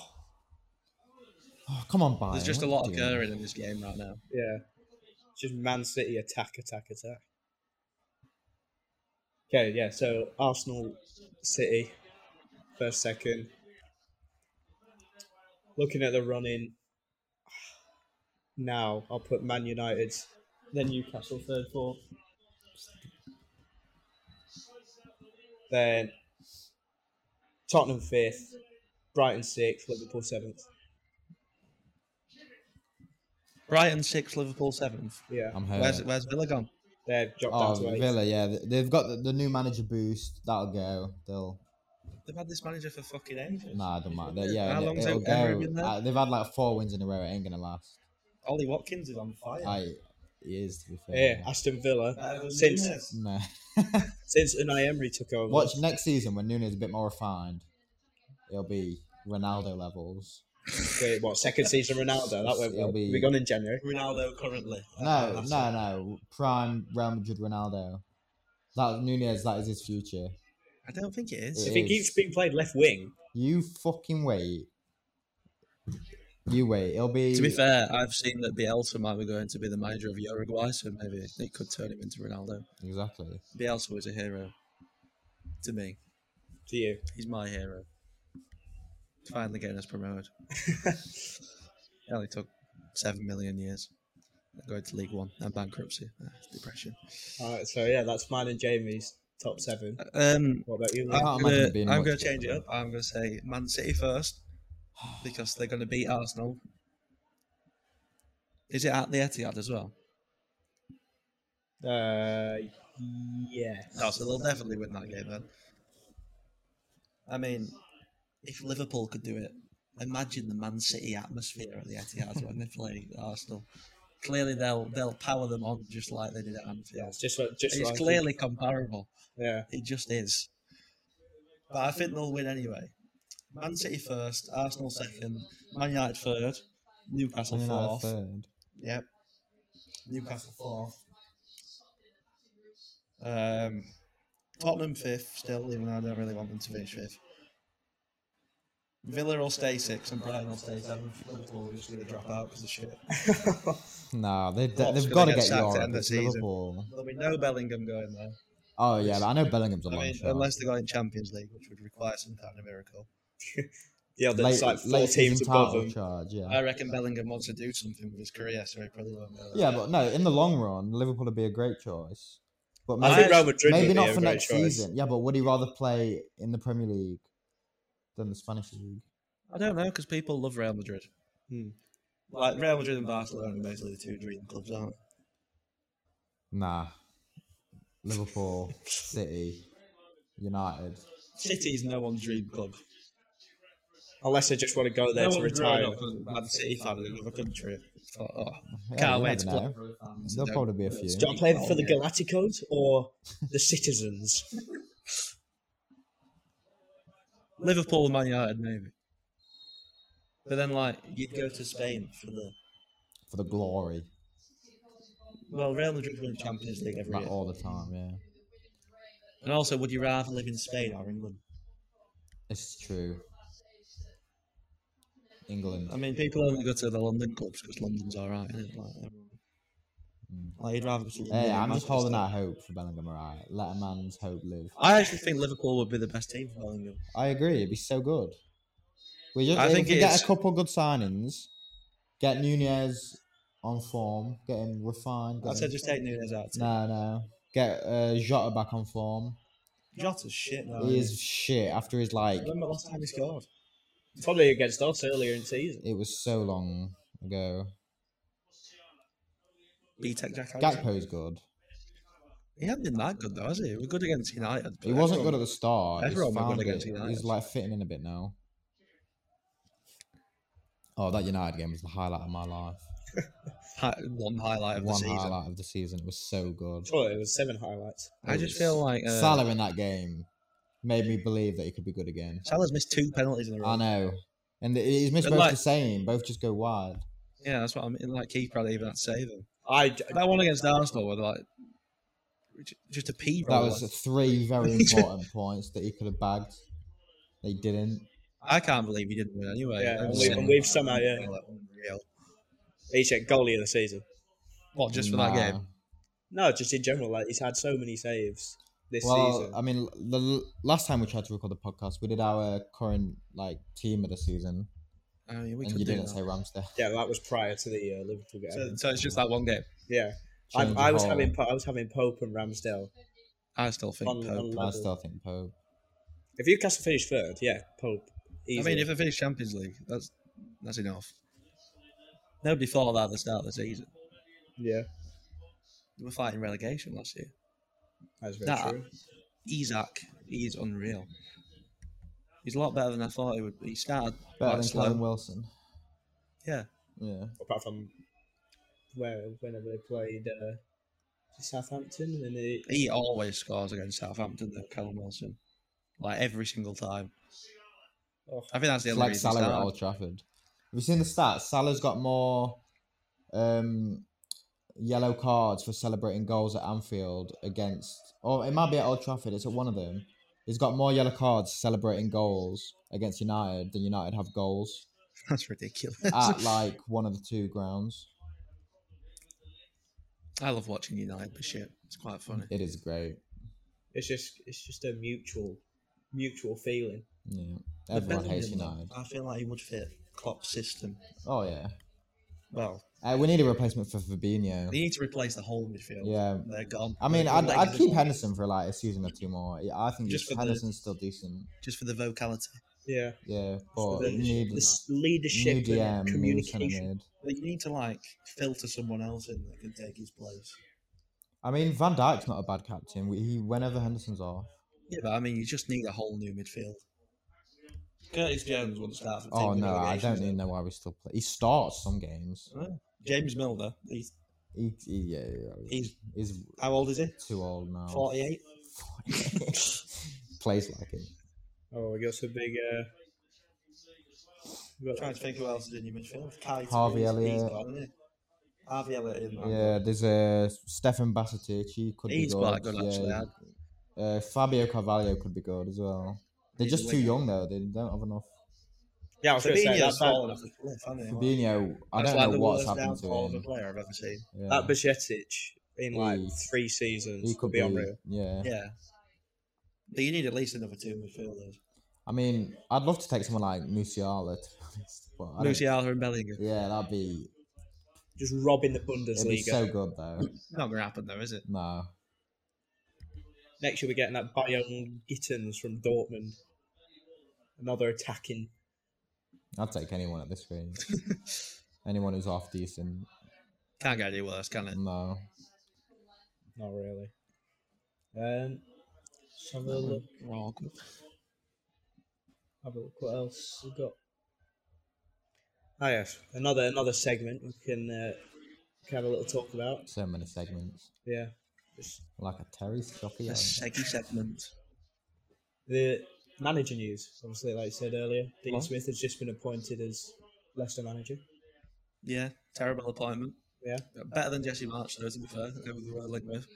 B: Oh, come on, Bayern.
C: There's just a lot
B: what are you doing?
C: occurring in this game right now.
A: yeah, just Man City attack attack attack. Okay, yeah. So Arsenal, City, first second. Looking at the running now, I'll put Man United, then Newcastle third fourth, then Tottenham fifth, Brighton sixth, Liverpool seventh.
C: Brighton sixth, Liverpool seventh.
A: Yeah,
B: I'm hurt.
C: Where's where's Villa gone?
A: they've dropped down to
B: Oh,
A: eighth.
B: Villa, yeah. th- They've got the, the new manager boost. That'll go. They'll.
C: They've had this manager for fucking ages.
B: Nah, it don't matter. They- Yeah,
C: How
B: it-
C: long's
B: it'll
C: it- Emery
B: go.
C: been there?
B: Uh, they've had like four wins in a row. It ain't gonna last.
C: Ollie Watkins is on fire.
B: I. It is to be fair.
A: Yeah, Aston Villa.
C: Better than
A: Since-
C: Nunes.
B: No.
A: Since Unai Emery took over,
B: Watch next season when Nuno's a bit more refined. It'll be Ronaldo levels.
A: wait, what second season Ronaldo? That went well.
B: It'll be-
A: We gone in January.
C: Ronaldo currently.
B: No, no, no. Prime Real Madrid Ronaldo. That Nunez, that is his future.
C: I don't think it is.
B: Yeah.
A: If he
B: is.
A: keeps being played left wing,
B: You fucking wait. You wait. It'll be.
C: To be fair, I've seen that Bielsa might be going to be the manager of Uruguay, so maybe it could turn him into Ronaldo.
B: Exactly.
C: Bielsa was a hero to me.
A: to you,
C: He's my hero. Finally getting us promoted. it only took seven million years. Going to League One and bankruptcy. Ah, depression.
A: all right. So yeah, that's mine and Jamie's top seven.
C: Um,
A: What about you? Lee?
B: can't
C: I'm
B: imagine
C: gonna,
B: it being
C: I'm
B: much
C: gonna change it
B: different.
C: up. I'm gonna say Man City first because they're gonna beat Arsenal. Is it at the Etihad as well?
A: Uh, yes.
C: No, so they'll definitely win that game then. I mean, if Liverpool could do it, imagine the Man City atmosphere at the Etihad when they play Arsenal. Clearly, they'll they'll power them on just like they did at
A: Yeah,
C: Anfield.
A: it's just like- just
C: It's
A: like-
C: clearly comparable.
A: yeah.
C: It just is. But I think they'll win anyway. Man City first, Arsenal second, Man United third, Newcastle
B: Something like
C: fourth.
B: third.
C: Yep. Newcastle fourth. Um, Tottenham fifth still, even though I don't really want them to finish fifth. Villa will stay sixth and Brighton will stay seventh. Liverpool are just going to drop out because of shit.
B: No, they,
C: Klopp's
B: they've
C: gonna
B: got to
C: get
B: get
C: sacked at the end of
B: Europe.
C: the
B: It's
C: season.
B: Liverpool.
C: There'll be no Bellingham going there.
B: Oh yeah, but I know Bellingham's a
C: I
B: long
C: mean,
B: shot.
C: unless they got in Champions League, which would require some kind of miracle.
A: Yeah, there's like four
B: season
A: teams above
B: title
A: them.
B: Charge, yeah.
C: I reckon Bellingham wants to do something with his career, so he probably won't go there.
B: yeah, but no, in the long run, Liverpool would be a great choice. But
A: I
B: maybe,
A: think Real Madrid
B: maybe
A: would be
B: not
A: a
B: for
A: great
B: next
A: choice.
B: season. Yeah, but would he rather play in the Premier League than the Spanish league?
C: I don't know because people love Real Madrid.
A: Hmm.
C: Like Real Madrid and Barcelona are basically the two dream clubs, aren't they?
B: Nah. Liverpool, City, United.
C: City is no one's dream club.
A: Unless they just want to go there
C: no
A: to
C: one growing
A: retire.
C: up as a Man City fan in another country. Thought, oh,
B: Yeah,
C: can't
B: you
C: wait to
B: never
C: play.
B: know.
C: for a fan.
B: There'll
C: Don't-
B: probably be a few.
A: Do I play for the Galacticos or the Citizens?
C: Liverpool and Man United, maybe. But then, like, you'd go to Spain for the.
B: For the glory.
C: Well, Real Madrid win Champions League every
B: Like
C: year.
B: all the time, yeah.
C: And also, would you rather live in Spain or England?
B: It's true. England.
C: I mean, people only go to the London clubs because London's alright, isn't it? Like, everyone-
B: Mm.
C: like, you'd rather. go to London
B: Hey,
C: than
B: I'm just holding
C: Manchester.
B: out hope for Bellingham, alright? Let a man's hope live.
C: I actually think Liverpool would be the best team for Bellingham.
B: I agree. It'd be so good. We just,
C: I
B: if
C: think
B: we
C: it
B: get
C: is-
B: a couple good signings, get Nunez on form, getting refined.
C: I'd say
B: Getting...
C: just take Nunes out. too.
B: No, no. Get uh, Jota back on form.
C: Jota's shit now.
B: He is shit after his like.
C: When was the last time he scored?
A: Probably against us earlier in the season.
B: It was so long ago.
C: B Tech Jack. Alexander.
B: Gakpo's good.
C: He hadn't been that good though, has he? He was good against United.
B: He wasn't good at the start. He's
C: everyone were good
B: found it.
C: against United.
B: He's like fitting in a bit now. Oh, that United game was the highlight of my life.
C: Hi- one highlight of the
B: One
C: season.
B: highlight of the season. It was so good.
A: Surely it was seven highlights.
C: I just feel like uh,
B: Salah in that game made me believe that he could be good again.
C: Salah's missed two penalties in a row.
B: I know, and th- he's missed
C: But
B: both
C: like-
B: the same. Both just go wide.
C: Yeah, that's what I mean. Like keeper, I'd even had to save him.
A: I
C: That one against Arsenal was like j- just a pea
B: That
C: roll.
B: was three very important points that he could have bagged. They didn't.
C: I can't believe he didn't win anyway.
A: Yeah,
C: I'm
B: and we-
C: saying-
B: and
A: we've somehow, yeah.
C: Unreal.
A: he's a goalie of the season.
C: What just for that
B: Nah.
C: game?
A: No, just in general, like he's had so many saves this
B: Well,
A: season.
B: I mean, l- the l- last time we tried to record the podcast, we did our current like team of the season,
C: Oh, yeah, we
B: and
C: could
B: you
C: do
B: didn't
C: that.
B: say Ramsdale.
A: yeah, that was prior to the uh, Liverpool game.
C: So, so it's just that one game.
A: yeah, I,
B: Change
A: I
B: of
A: was
B: goal.
A: having Po- I was having Pope and Ramsdale.
C: I still think.
A: On-
C: Pope.
A: on-
B: I still think Pope.
A: If Newcastle finished third, yeah, Pope.
C: I
A: Easily.
C: mean, if I finish Champions League, that's that's enough. Nobody thought that at the start of the season.
A: yeah,
C: They were fighting relegation last year.
A: that's very
C: Nah.
A: true.
C: Isaac, he's unreal. He's a lot better than I thought he would be. He started
B: Better
C: quite
B: than
C: slow.
B: Callum Wilson.
C: Yeah.
B: Yeah.
A: Apart from where whenever they played uh, Southampton and they,
C: He always scores against Southampton, though, Callum Wilson. Like every single time.
A: oh,
C: I think that's the
B: It's
C: only
B: like
C: reason he
B: Salah at
C: started.
B: Old Trafford. Have you seen the stats? Salah's got more um, yellow cards for celebrating goals at Anfield against, or it might be at Old Trafford. It's at one of them. He's got more yellow cards celebrating goals against United than United have goals
C: That's ridiculous.
B: at like one of the two grounds.
C: I love watching United, but shit, it's quite funny.
B: It is great.
A: it's just it's just a mutual mutual feeling.
B: Yeah. Everyone hates United.
C: I feel like he would fit Klopp's system.
B: Oh yeah.
C: Well,
B: Uh, we need a replacement for Fabinho.
C: they need to replace the whole midfield.
B: Yeah.
C: They're gone.
B: I mean,
C: They're
B: I'd,
C: gone.
B: I'd keep Henderson for like a season or two more. Yeah, I think
C: Just for the-
B: Henderson's still decent.
C: Just for the vocality.
A: Yeah,
B: Yeah,
A: So
B: but
A: the-
B: you need
A: this
B: new
A: leadership,
B: DM,
A: and
B: new
A: communication.
B: centre mid.
C: But you need to, like, filter someone else in that can take his place.
B: I mean, Van Dijk's not a bad captain. We- He whenever Henderson's off.
C: Yeah, but I mean, you just need a whole new midfield. Curtis Jones wouldn't start for
B: Oh
C: taking
B: no, I
C: relegation,
B: don't even
C: though.
B: know why we still play. He starts some games.
C: James Milner, he's,
B: He, he yeah, yeah, yeah.
C: He's-
B: he's
C: how old is he?
B: too old now.
C: 48?
B: Plays like it.
A: Oh, we got some big. Uh, we got-
C: trying to think who else is in your midfield. Kite,
B: Harvey
C: he's-
B: Elliott.
C: He's gone, isn't he? Harvey Elliott in there.
B: Yeah, there's a uh, Stefan Bassettich. He could be
C: He's
B: good.
C: quite good,
B: yeah.
C: actually. I-
B: Uh, Fabio Carvalho could be good as well. They're
C: He's a
B: just too
C: winger.
B: young though. They don't have enough.
A: yeah, I was going to say
C: Fabinho's
A: that,
C: fallen off
A: that,
C: the cliff, hasn't he? Like,
B: Fabinho, I
C: that's like
B: don't know
C: the
B: what's
C: worst
B: happened to
C: downfall
B: him.
C: of a player I've ever seen.
B: Yeah.
A: that Bajetic in like
B: He-
A: three seasons
B: he
A: could
B: could
A: be unreal.
B: Yeah.
C: Yeah. But you need at least another two midfielders.
B: I mean, I'd love to take someone like Musiala, to be honest, but I don't-
C: Musiala and Bellingham.
B: yeah, that'd be
A: Just robbing the
B: it'd be
A: Bundesliga.
C: eh?
B: so good though.
C: Not going to happen, though, is it?
B: No,
A: Next year we're getting that Bayern Gittens from Dortmund. Another attacking.
B: I'd take anyone at this rate. anyone who's half decent.
C: Can't get any worse, can it?
B: No,
A: Not really. Um, let's have a
B: Mm.
A: look.
C: Wrong.
A: Have a look. What else we got? Ah yes, another another segment we can uh, can have a little talk about.
B: so many segments.
A: Yeah, Just
B: Like a Terry Stocky.
C: The
B: I-
C: Seggy segment.
A: the manager news. Obviously, like I said earlier, Dean
C: What?
A: Smith has just been appointed as Leicester manager.
C: Yeah, terrible appointment.
A: Yeah.
C: better than Jesse March, though. To be fair, who we were linked with.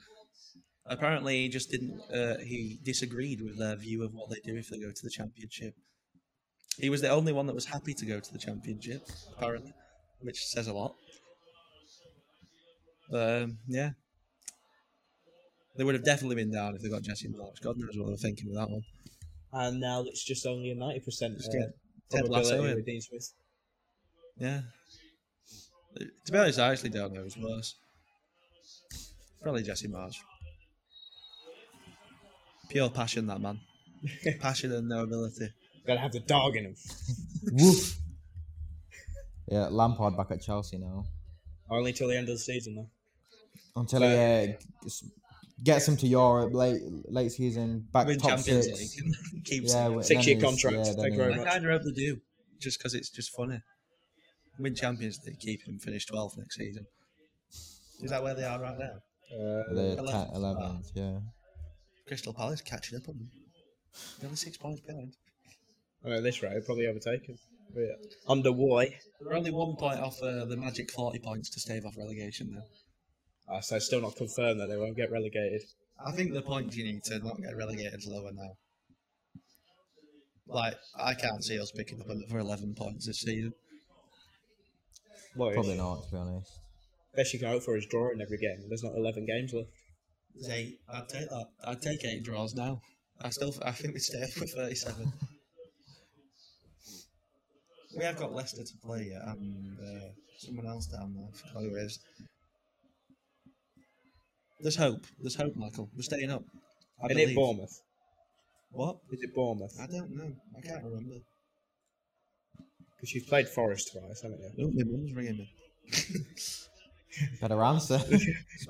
C: Apparently, he just didn't. Uh, he disagreed with their view of what they do if they go to the championship. He was the only one that was happy to go to the championship, apparently, which says a lot. But, um, yeah, they would have definitely been down if they got Jesse March. God knows what they were thinking with that one.
A: And now it's just only a ninety percent
C: Just
A: uh,
C: get Ted Lasso
A: probability
C: in.
A: with Dean Smith.
C: Yeah. To be honest, I actually don't know who's worse. Probably Jesse Marsh. Pure passion, that man. passion and no ability.
A: Gotta have the dog in him.
B: Woof. Yeah, Lampard back at Chelsea now.
A: Only till the end of the season, though.
B: Until he uh, g- s- gets him to Europe late late season, back
C: Win
B: top
C: Champions
B: six.
C: League. and Keeps
B: Yeah,
C: it.
B: well,
A: Six-year
B: then he's-
A: contract.
B: yeah,
A: Thank
B: then
A: you very
B: he-
C: I kind of hope they do, just because it's just funny. Win Champions League, keep him finish 12th next season. Is that where they are right now?
A: Uh,
B: The
C: Eleventh.
B: 10th, 11th, yeah.
C: Crystal Palace catching up on them. They're only six points behind.
A: I know this rate, probably overtaken. But yeah. Under Roy,
C: They're only one point off uh, the magic 40 points to stave off relegation now.
A: uh, so still not confirmed that they won't get relegated.
C: I think the point you need to not get relegated is lower now. Like, I can't see us picking up another 11 points this season.
A: Well,
B: Probably not, to be honest.
A: Best you can hope for is draw in every game. There's not 11 games left.
C: There's eight. I'd take that. I'd take eight draws now. I still, I think we stay up with 37. we have got Leicester to play yet, and uh, someone else down there. I forgot who it is. There's hope. There's hope, Michael. We're staying up. I
A: and it
C: believe.
A: Bournemouth.
C: What?
A: Is it Bournemouth?
C: I don't know. I can't remember.
A: Because you've played Forest twice, haven't you?
C: Oh, my mum's ringing me.
B: Better answer.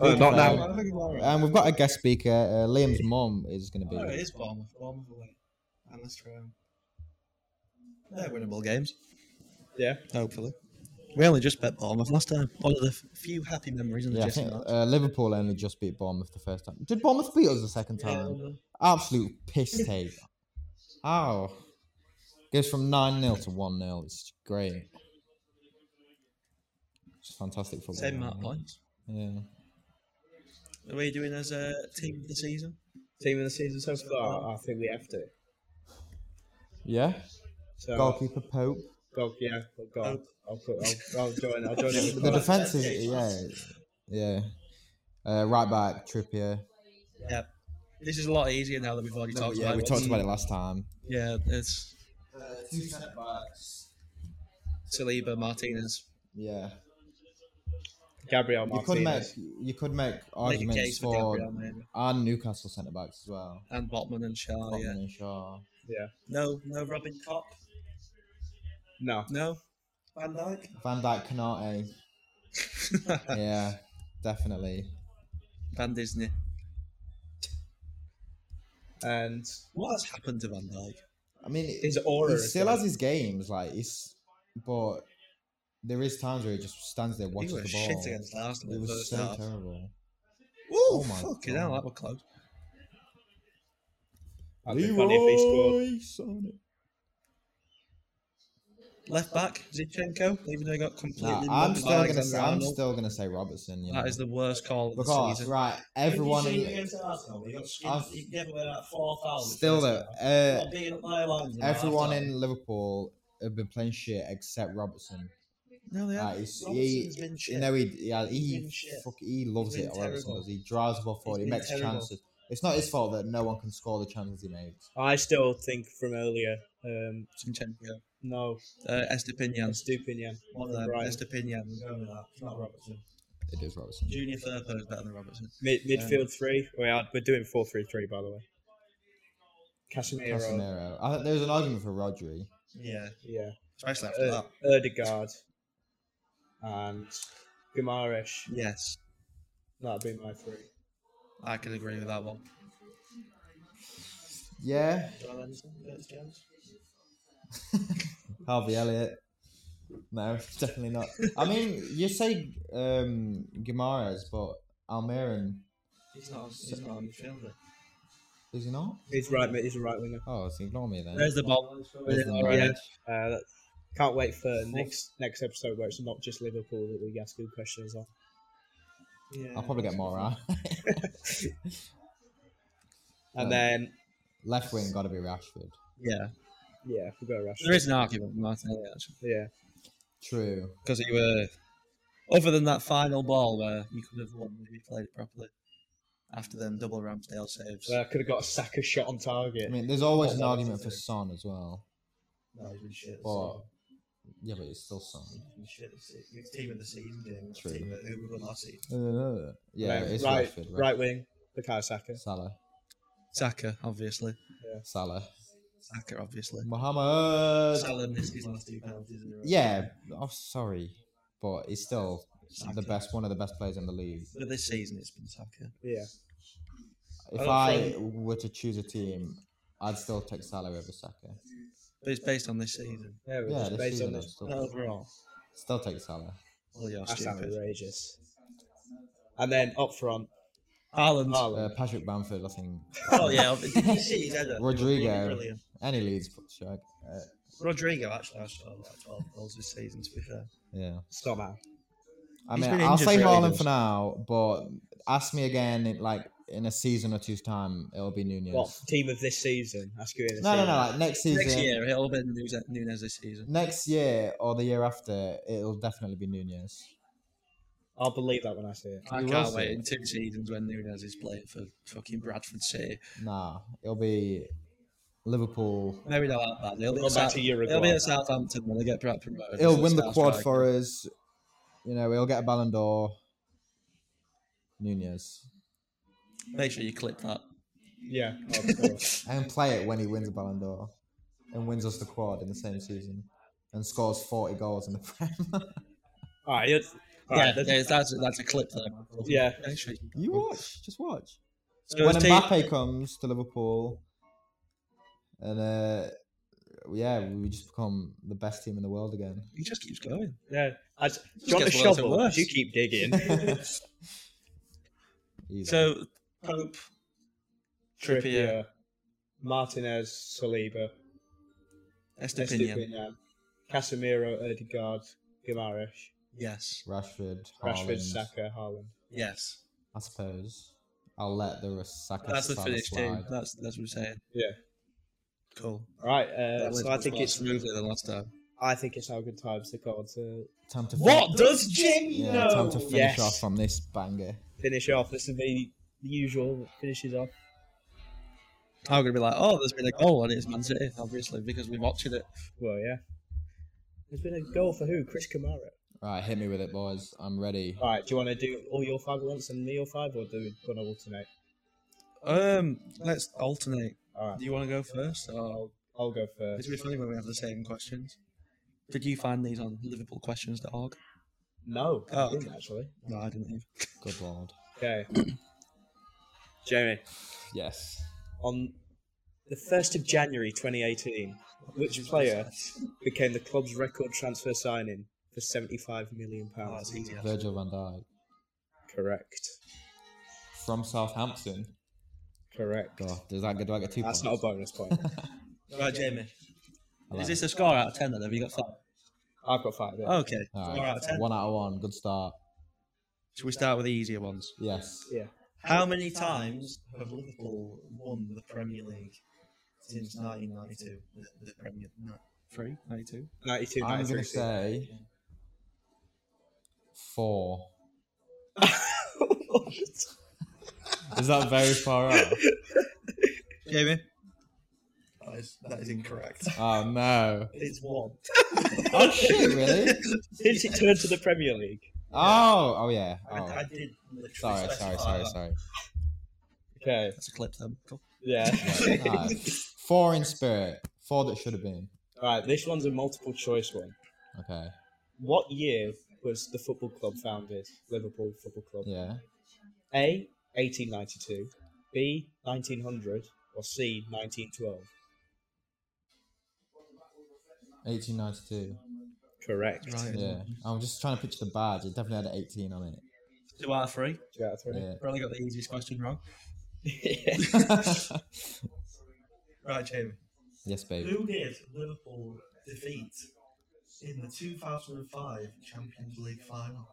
A: Oh, not
B: now.
C: I think I'm all right.
B: And um, we've got a guest speaker. Uh, Liam's mum is going to be.
C: Oh, it is Bournemouth. Bournemouth away. And Leicester home. They're um, winnable games.
A: Yeah.
C: Hopefully. We only just bet Bournemouth last time. One of the f- few happy memories in the
B: yeah, I
C: Jesse
B: think
C: March.
B: uh, Liverpool only just beat Bournemouth the first time. Did Bournemouth beat us the second time?
C: Um,
B: Absolute piss take. Ow. Goes from 9 0 to 1 0. It's great. It's fantastic football.
C: Same amount of
B: man.
C: points.
B: Yeah.
C: What are you doing as a team this season?
A: Team of the season so far, I think we have to.
B: Yeah.
A: So,
B: Goalkeeper Pope.
A: Go, yeah, go. I'll, I'll, put, I'll, I'll join. I'll join. it with
B: The
A: Paul.
B: defence is. Yeah. Yeah. Uh, right back, Trippier.
C: Yeah. This is a lot easier now that we've already talked
B: Yeah,
C: about
B: we
C: it. Uh,
B: talked about it last time.
C: Yeah, it's
B: two centre backs.
C: Saliba, Martinez.
B: Yeah.
A: Gabriel
B: You could make
A: Martinez.
B: you could make
C: Make a
B: arguments
C: case for
B: for
C: Gabriel, maybe.
B: our Newcastle centre backs as well.
C: And Botman and Shaw, Oh, yeah.
B: Tottenham and Shaw.
A: Yeah.
C: No, no Robin Kopp.
A: No.
C: No. Van Dyke.
B: Van Dijk, Canate. yeah, definitely.
C: Van Disney.
A: And
C: What has happened to Van Dyke?
B: I mean, it,
A: his aura.
B: he
A: is
B: still
A: gone.
B: has his games, like he's, but there is times where he just stands there
C: He
B: watches
C: was
B: the
C: shit
B: ball.
C: against Arsenal.
B: It
C: in the
B: was
C: first
B: so
C: half.
B: terrible.
C: Oh,
B: Oh my
C: fucking hell,
B: God.
C: that were close.
A: That'd be funny if he scored.
B: Sané.
C: Left back, Zinchenko, even though he got completely.
B: Nah, I'm
C: mugged by
B: still gonna,
C: Alexander
B: say, I'm
C: Arnold.
B: still gonna say Robertson. You know,
C: That is the worst call of the
B: because
C: season.
B: right, everyone in, I've-
C: He gave away like four fouls.
B: still though, uh, everyone
C: Everyone
B: in Liverpool have been playing shit except Robertson.
C: No, they
B: Like,
C: have.
B: he's-
C: Robertson's
B: he-
C: been
B: You
C: shit.
B: know, he yeah,
C: He's
B: he
C: been shit.
B: fuck, he loves
C: He's
B: it.
C: been
B: Robertson
C: terrible.
B: does. He drives the ball forward. He
C: been
B: makes
C: terrible.
B: chances. It's not his fault that no one can score the chances he makes.
A: I still think from earlier. Um,
C: Zinchenko.
A: no,
C: Uh, Estepinian.
A: Stupinian.
C: One of them.
A: Right.
C: Estepinian. We're going with that. It's not Robertson.
B: It is Robertson.
C: Junior Firpo is better than Robertson.
A: Mid- midfield three. We are, we're doing four three three by the way. Casemiro.
B: Casemiro. I, think there's an argument for Rodri.
C: Yeah.
A: Yeah.
C: Especially after
A: Uh,
C: that.
A: Erdegaard. And Guimaraes.
C: Yes.
A: That'd be my three.
C: I can agree with that one.
B: Yeah,
C: Joel Anderson, Curtis Jones.
B: Harvey Elliott. No, definitely not. I mean, you say um, Guimaraes, but Almiron
C: He's not. He's not a midfielder.
B: is he not?
A: He's right. mid- He's a right winger.
B: Oh, so ignore me then.
C: There's the ball.
B: There's the
A: yeah.
B: bridge.
A: Uh, that- can't wait for next next episode where it's not just Liverpool that we ask good questions on.
C: Yeah.
B: I'll probably get more out.
A: And
B: Um,
A: then
B: Left wing got to be Rashford.
C: Yeah.
A: yeah, we got Rashford.
C: There is an argument, with Martinelli, actually,
A: Yeah,
B: True.
C: because he were. Other than that final ball where you could have won if you played it properly, after them double Ramsdale saves.
A: well, I could have got a Saka shot on
B: I
A: target.
B: mean, there's always an
C: Well,
B: argument for
C: Robertson.
B: Son as well,
C: No, he's been shit.
B: but Yeah, but it's still something.
C: Shit, it's it's team of the season game. it's
B: True.
C: Team that who we won last season.
B: Uh, yeah,
A: right,
B: it's
A: right,
B: Rashford. Right.
A: right wing, Bukayo Saka.
B: Salah.
C: Saka, obviously.
B: Salah.
C: Saka, obviously.
B: Mohamed.
C: Salah missed his last two penalties. in a row.
B: Yeah, oh, sorry, but he's still the
C: Saka.
B: best, one of the best players in the league.
C: But this season, it's been Saka.
A: Yeah,
B: If
A: don't
B: I
A: think-
B: were to choose a team, I'd still take Salah over Saka.
C: But it's based on this season.
A: yeah, we're
B: Yeah,
A: just
B: this
A: based on
B: season I'd
A: this.
C: Not
B: still,
C: overall.
B: still take Salah.
A: Oh,
C: Well, you're
A: That's
C: stupid.
A: outrageous. And then up front,
C: Ireland.
B: Uh,
A: Haaland.
B: Patrick Bamford, I think.
C: Oh yeah, did you see his header?
B: Rodrigo.
C: Brilliant.
B: Any Leeds shag. Uh,
C: Rodrigo actually has scored like 12 goals this season. To be fair,
B: yeah.
A: somehow.
B: I
C: He's
B: mean,
C: been
B: I'll
C: injured
B: say
C: for
B: Haaland
C: ages.
B: for now, but ask me again, in, like in a season or two's time, it'll be Nunez.
A: What team of this season? Ask you in a
B: No, no,
A: season.
B: no. Like next season,
C: next year it'll be Nunez- Nunez this season.
B: next year or the year after, it'll definitely be Nunez.
A: I'll believe that when I see it.
C: I
B: You
C: can't
B: will
C: wait
B: see.
C: in two seasons when Nunez is playing for fucking Bradford City.
B: Nah, it'll be Liverpool.
C: Maybe not that bad. He'll be,
A: Go
C: at
A: back
C: South-
A: to
C: he'll be
A: Uruguay.
C: at Southampton when they get Brad promoted.
B: He'll
C: as
B: win the
C: star
B: quad
C: striker.
B: for us. You know, he'll get a Ballon d'Or. Nunez.
C: Make sure you clip that.
A: Yeah, of course.
B: And play it when he wins a Ballon d'Or and wins us the quad in the same season and scores 40 goals in the Prem.
A: All right, you're- all
C: yeah,
A: right, that's-
C: there's- that's, a, that's a clip there.
A: Yeah.
C: Make sure you-
B: you watch, just watch.
C: So
B: when
C: it's team-
B: Mbappe comes to Liverpool, and uh, yeah, we just become the best team in the world again.
C: he just keeps going.
A: yeah. I just- do you want the
C: gets worse and
A: shovel?
C: worse.
A: You keep digging.
B: Easy.
C: So Pope, Trippier,
A: Trippier, Martinez, Saliba,
C: Estepinian.
A: Estupinian, Casemiro, Erdegaard, Guimaraes,
C: Yes,
B: Rashford,
A: Rashford,
B: Haaland,
A: Saka, Haaland.
C: yes.
B: I suppose. I'll let the rest- Saka
C: That's the
B: Salah
C: finished team.
B: slide.
C: That's that's what we're saying.
A: Yeah.
C: Cool.
A: All right. Uh,
C: That went
A: so I
C: much
A: think
C: more
A: it's
C: smoother than last time.
A: I think it's now a good time to go on to
B: Time to
A: what
B: fin-
A: does Jim
B: yeah,
A: know?
B: time to finish
A: yes.
B: off on this banger.
A: Finish off. This will be the usual finishes off.
C: I'm gonna be like, oh, there's been a goal and it's Man City, obviously, because we watched it.
A: Well, yeah. There's been a goal for who? Chris Kamara.
B: Right, hit me with it, boys. I'm ready.
A: All right. Do you want to do all your five at once and me your five, or do we want to alternate?
C: Um, let's alternate.
A: All right.
C: Do you want to go first? Or
A: I'll, I'll go
C: it's
A: first.
C: really funny when we have the same questions. Did you find these on LiverpoolQuestions.org?
A: No, I
C: Oh,
A: didn't,
C: okay.
A: actually.
C: No, I didn't. Even.
B: Good lord.
A: Okay. Jeremy,
B: Yes.
A: on the 1st of January 2018, which player became the club's record transfer signing for £75 million?
C: Oh, it's easy. actually.
B: Virgil van Dijk.
A: Correct.
B: From Southampton.
A: Correct.
B: God, does that get, do I get Oh, two
A: That's not a
B: points?
A: bonus point.
C: Right, Jamie.
B: I like
C: Is this a score out of ten? Then have you got five?
A: I've got five. Yeah.
C: Okay.
B: All right.
C: Score out of ten.
B: One out of one. Good start.
C: Should we start with the easier ones?
B: Yes.
A: yeah.
C: How many times have Liverpool won the Premier League since 1992? The, the Premier no, three, 92.
A: 92,
B: I'm going
A: 93.
B: to say four. Is that very far out?
C: Jamie, that is, that is incorrect.
B: Oh, no.
C: It's one.
B: Oh, shit, really?
A: Since it turned to the Premier League.
B: Oh, oh, yeah.
C: I,
B: Oh.
C: I did. literally
B: Sorry, sorry,
C: specify
B: sorry,
C: that.
B: sorry.
A: Okay.
C: That's a clip then. Cool.
A: Yeah.
B: Right, alright. Four in spirit. Four that should have been.
A: All right. This one's a multiple choice one.
B: Okay.
A: What year was the football club founded? Liverpool Football Club.
B: Yeah.
A: A. 1892. B. 1900. Or C. 1912.
B: 1892.
A: Correct.
C: Right.
B: Yeah. I'm just trying to picture the badge. It definitely had an 18 on it.
C: Two out of three.
A: Two out of three.
B: Yeah.
C: Probably got the easiest question wrong. Right, Jamie.
B: yes, babe.
C: Who did Liverpool defeat in the 2005 Champions League final?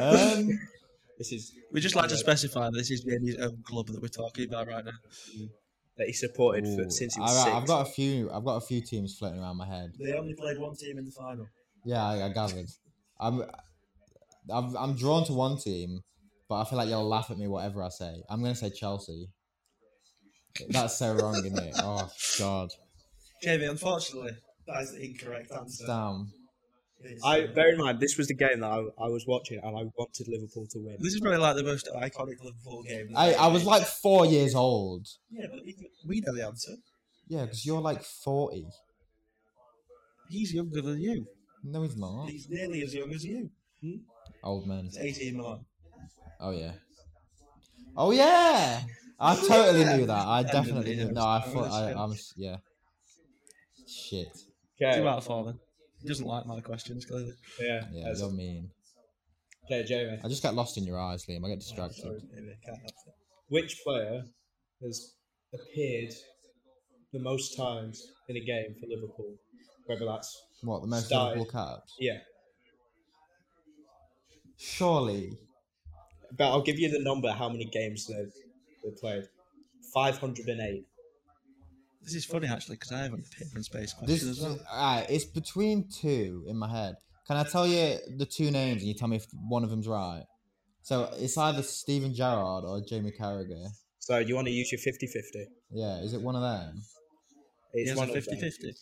B: Um,
A: This is
C: We just like to specify that this is Jamie's own club that we're talking about right now.
A: that he supported
B: ooh,
A: for, since he was
B: alright,
A: six.
B: I've got a few. I've got a few teams floating around my head.
C: They only played one team in the final.
B: Yeah, I, I gathered. I'm, I'm, I'm drawn to one team, but I feel like you'll laugh at me whatever I say. I'm gonna say Chelsea. That's so wrong, isn't it? Oh God,
C: Jamie, unfortunately, that is the incorrect answer.
B: damn.
C: It's,
A: I
C: uh,
A: bear in mind this was the game that I, I was watching and I wanted Liverpool to win.
C: This is probably like the most iconic Liverpool game.
B: I I was like four years old.
C: yeah, but he- we know the answer.
B: Yeah, because you're like forty.
C: He's younger than you.
B: No, he's not.
C: He's nearly as young as you.
B: Old man.
C: He's 18 more.
B: Oh yeah. Oh yeah. I totally knew that. I
C: Yeah.
B: definitely knew. No, I
C: Yeah.
B: thought I, I'm. s- Yeah. Shit.
A: Okay,
C: Two out of four then. He doesn't like my questions, clearly.
A: yeah,
B: Yeah,
A: that's-
B: you're mean.
A: okay, Jamie.
B: I just get lost in your eyes, Liam. I get distracted.
C: Maybe I can't help it.
A: Which player has appeared the most times in a game for Liverpool? Whether that's
B: What the most
A: Started.
B: Liverpool caps?
A: yeah,
B: Surely.
A: but I'll give you the number how many games they've they played. Five hundred and eight.
C: This is funny, actually, because I haven't picked from space
B: This
C: questions as
B: is
C: well.
B: alright. It's between two in my head. Can I tell you the two names and you tell me if one of them's right? So it's either Steven Gerrard or Jamie Carragher.
A: So you want to use your 50-50?
B: Yeah, is it one of them?
C: He
A: It's
C: has a
A: one of
C: 50
A: them.
C: 50.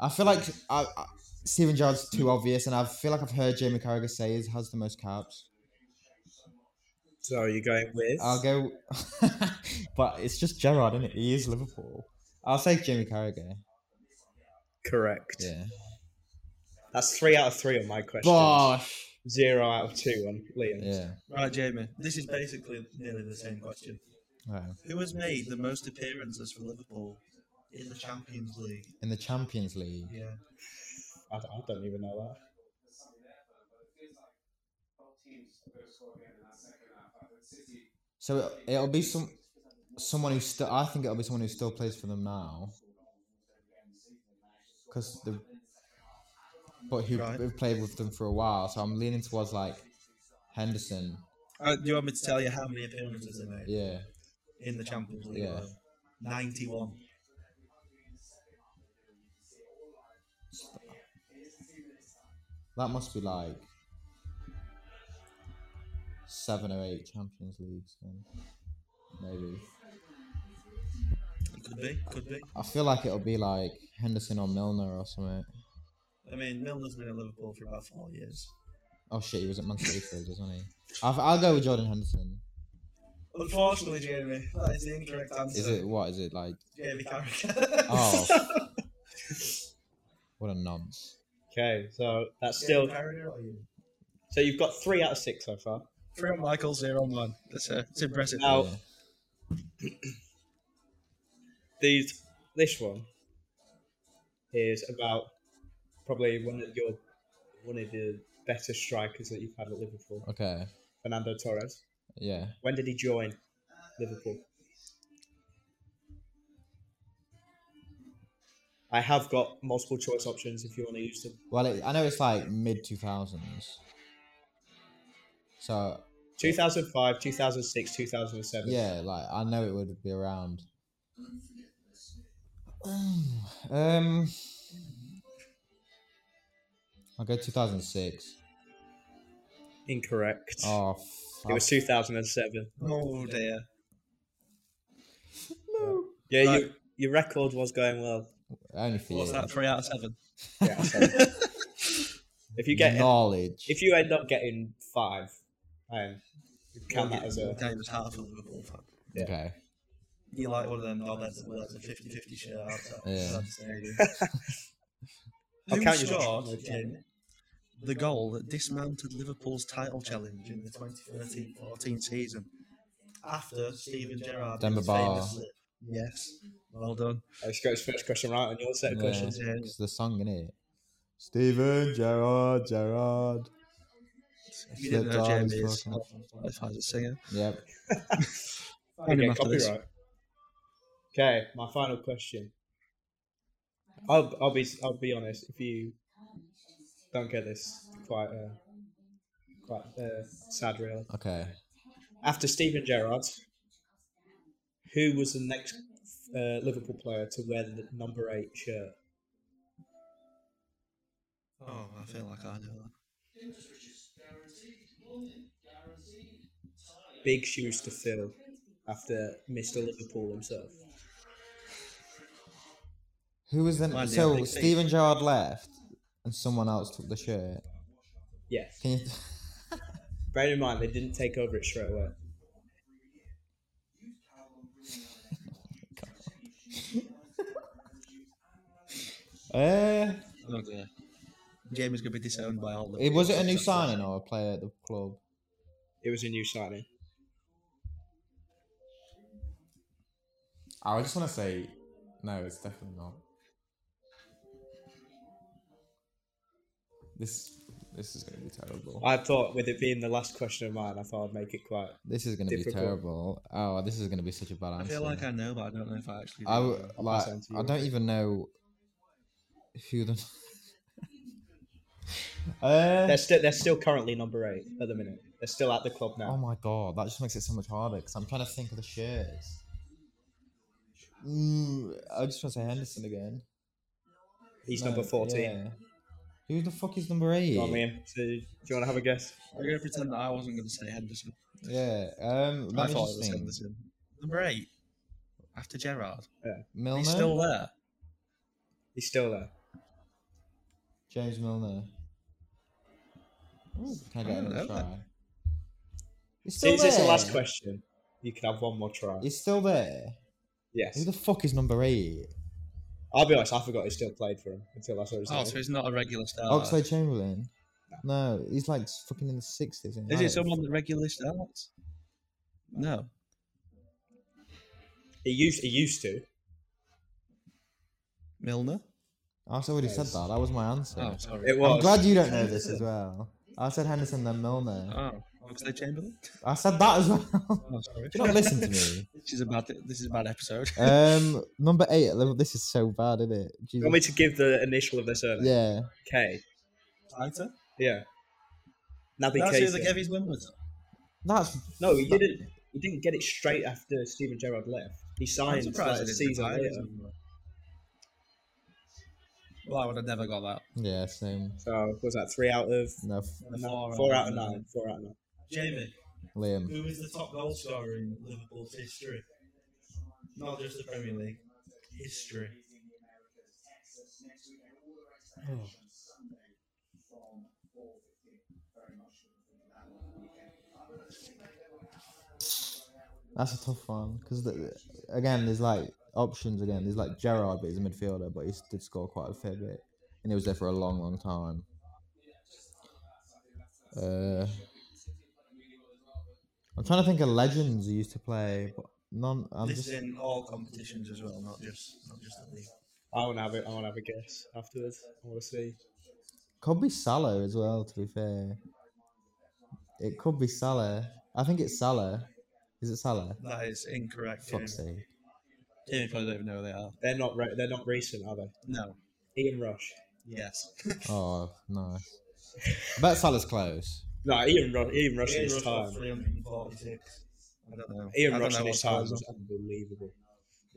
B: I feel like I, I, Steven Gerrard's too obvious, and I feel like I've heard Jamie Carragher say he has the most caps.
A: So you're going with?
B: I'll go, but it's just Gerrard, isn't it? He is Liverpool. I'll say Jamie Carragher.
A: Correct.
B: Yeah.
A: That's three out of three on my question.
B: Bosh.
A: Zero out of two on Liam's.
B: Yeah.
C: Right, Jamie, this is basically nearly the same question.
B: Right.
C: Who has made the most appearances for Liverpool in the Champions League?
B: In the Champions League,
C: Yeah.
A: I, don't, I don't even know that.
B: so it, it'll be some someone who still. I think it'll be someone who still plays for them now. Because the, but who
C: Right.
B: who played with them for a while, so I'm leaning towards like Henderson.
C: Uh, do you want me to tell you how many appearances they made
B: Yeah.
C: in the Champions League?
B: Yeah.
C: alone? 91.
B: That must be like seven or eight Champions Leagues, then. maybe.
C: It could be, could be.
B: I feel like it'll be like Henderson or Milner or something.
C: I mean, Milner's been at Liverpool for about four years.
B: Oh shit, he was at Man City for ages, wasn't he? I'll, I'll go with Jordan Henderson.
C: Unfortunately, Jamie, that is the incorrect answer.
B: Is it what? Is it like?
C: Jamie Carragher.
B: Oh, what a nonce!
A: Okay, so that's
C: Jamie
A: still.
C: Carragher or you?
A: So you've got three out of six so far.
C: Three on Michael, zero on one. That's uh, it's impressive.
A: Now- Oh.
B: Yeah.
A: These, this one is about probably one of your one of the better strikers that you've had at Liverpool,
B: Okay.
A: Fernando Torres.
B: Yeah.
A: When did he join Liverpool? I have got multiple choice options if you want to use them.
B: Well, it, I know it's like mid two thousands. So
A: 2005, 2006, 2007.
B: Yeah, like I know it would be around. Um, I'll go 2006.
A: Incorrect.
B: Oh,
A: It was 2007.
C: Oh dear.
A: Yeah,
C: Right.
A: you, your record was going well.
B: only for
C: What was that?
B: you.
C: Three out of seven.
A: Yeah, so- if you get
B: knowledge.
A: if you end up getting five, um, you count that as a
C: Game was half a Liverpool fan.
A: yeah.
B: Okay.
C: You like one of them knobheads that wears a 50-50 shirt outside.
B: Yeah.
C: outside the stadium.
A: I'll
C: Who
A: count you
C: scored
A: as-
C: Jamie, the goal that dismounted Liverpool's title challenge in the 2013-14 season after Steven Gerrard
B: Demba Ba.
C: famously? Yes. Well done.
A: I just got his first question right on your set of
B: Yeah.
A: questions.
C: James.
B: It's the song in it. Steven Gerrard, Gerrard.
C: If you didn't
B: Slipped
C: know
B: on his
C: Jamie is
B: fucking-
C: qualified as a singer.
B: Yep.
A: I
C: Only
A: get
C: after this.
A: copyright. Okay, my final question. I'll, I'll be I'll be honest. If you don't get this, quite uh, quite uh, sad, really.
B: Okay.
A: After Steven Gerrard, who was the next uh, Liverpool player to wear the number eight shirt?
C: Oh, I feel like I know that.
A: big shoes to fill after Mr. Liverpool himself.
B: Who was then?
C: Mind you,
B: so
C: big
B: Steven Gerrard left, and someone else took the shirt.
A: Yes.
B: Can you?
A: Bearing in mind, they didn't take over it straight away.
B: Uh,
C: Oh dear. Jamie's gonna be disowned by all.
B: it was it a new
C: Liverpool fans.
B: signing or a player at the club?
A: It was a new signing.
B: I just want to say, no, it's definitely not. This this is going to be terrible.
A: I thought, with it being the last question of mine, I thought I'd make it quite.
B: This is going to be
A: Difficult.
B: terrible. Oh, this is going to be such a bad answer.
C: I feel like I know, but I don't know if I actually.
B: I
C: do.
B: w- like
A: on to
B: I
A: you.
B: don't even know who the. Uh,
A: They're, sti- they're still currently number eight at the minute. They're still at the club now.
B: oh my god, that just makes it so much harder because I'm trying to think of the shirts. Mm, I just want to say Henderson again.
A: He's
B: No,
A: number 14.
B: yeah. Who the fuck is number eight?
A: You know what I mean? So, do you want to have a guess?
C: I'm gonna pretend that I wasn't gonna say Henderson.
B: Yeah. Um. Let
C: I thought
B: me just
C: it was
B: think.
C: Henderson. Number eight, after Gerard.
B: Milner.
C: He's still there.
A: He's still there.
B: James Milner. Ooh, can I get
C: I don't
B: another
C: know that.
B: try? He's still
A: Since it's the last
B: there.
A: question, you can have one more try.
B: He's still there. Who
A: Yes.
B: the fuck is number eight?
A: I'll be honest, I forgot he still played for him until I saw his
C: Oh,
A: name.
C: so he's not a regular star.
B: Oxlade Chamberlain. No, he's like fucking in the sixties.
C: Is it someone that regularly starts? No.
A: He used, he used to.
C: Milner?
B: I already said
A: Yes.
B: that. That was my answer.
C: Oh, sorry.
A: It was.
B: I'm glad you don't know this as well. I said Henderson then Milner.
C: Oh, Oxley Chamberlain?
B: I said that as well.
C: Oh, sorry.
B: Do you not listen to me?
C: This is a bad, this is a bad episode.
B: Um, number eight. at Liverpool- This is so bad, isn't it?
A: You
B: Jesus.
A: want me to give the initial of their surname?
B: Yeah.
A: K.
C: Tighter?
A: Yeah. Naby
C: That's who they
A: Keita.
C: gave his number to.
B: That's
A: No, he didn't. He didn't get it straight after Steven Gerrard left. He
C: I'm
A: signed like
C: surprised
A: a
C: it
A: season later.
C: Well, I would have never got that.
B: yeah. Same.
A: So what was that three out of
B: No, f-
A: four, out of nine? Four out of nine.
D: Jamie,
B: Liam.
D: who is the top goal scorer in Liverpool's history? Not just the Premier League. History.
B: That's a tough one because the, again, there's like options. Again, there's like Gerard, but he's a midfielder, but he s- did score quite a fair bit, and he was there for a long, long time. Uh, I'm trying to think of legends who used to play, but none. I'm
D: this
B: just
D: is in all competitions as well, not just not just the league.
A: I want to have it. I want to have a guess afterwards. I want to see.
B: could be Salah as well. To be fair, it could be Salah. I think it's Salah. Is it Salah?
D: That is incorrect. Jamie.
B: Fuck's sake.
C: Jamie probably don't even know who they are.
A: They're not. Re- they're not recent, are they?
C: No.
A: Ian Rush.
C: Yes.
B: Oh, nice. I bet Salah's close.
A: No, Ian Rush. Ian Rush in
D: Ian
A: his
D: Rush got
A: time.
D: 346.
C: I don't know. I
A: Ian
C: don't
A: Rush
C: know
A: in
C: what
A: his time
C: scores
A: was
C: are.
A: unbelievable.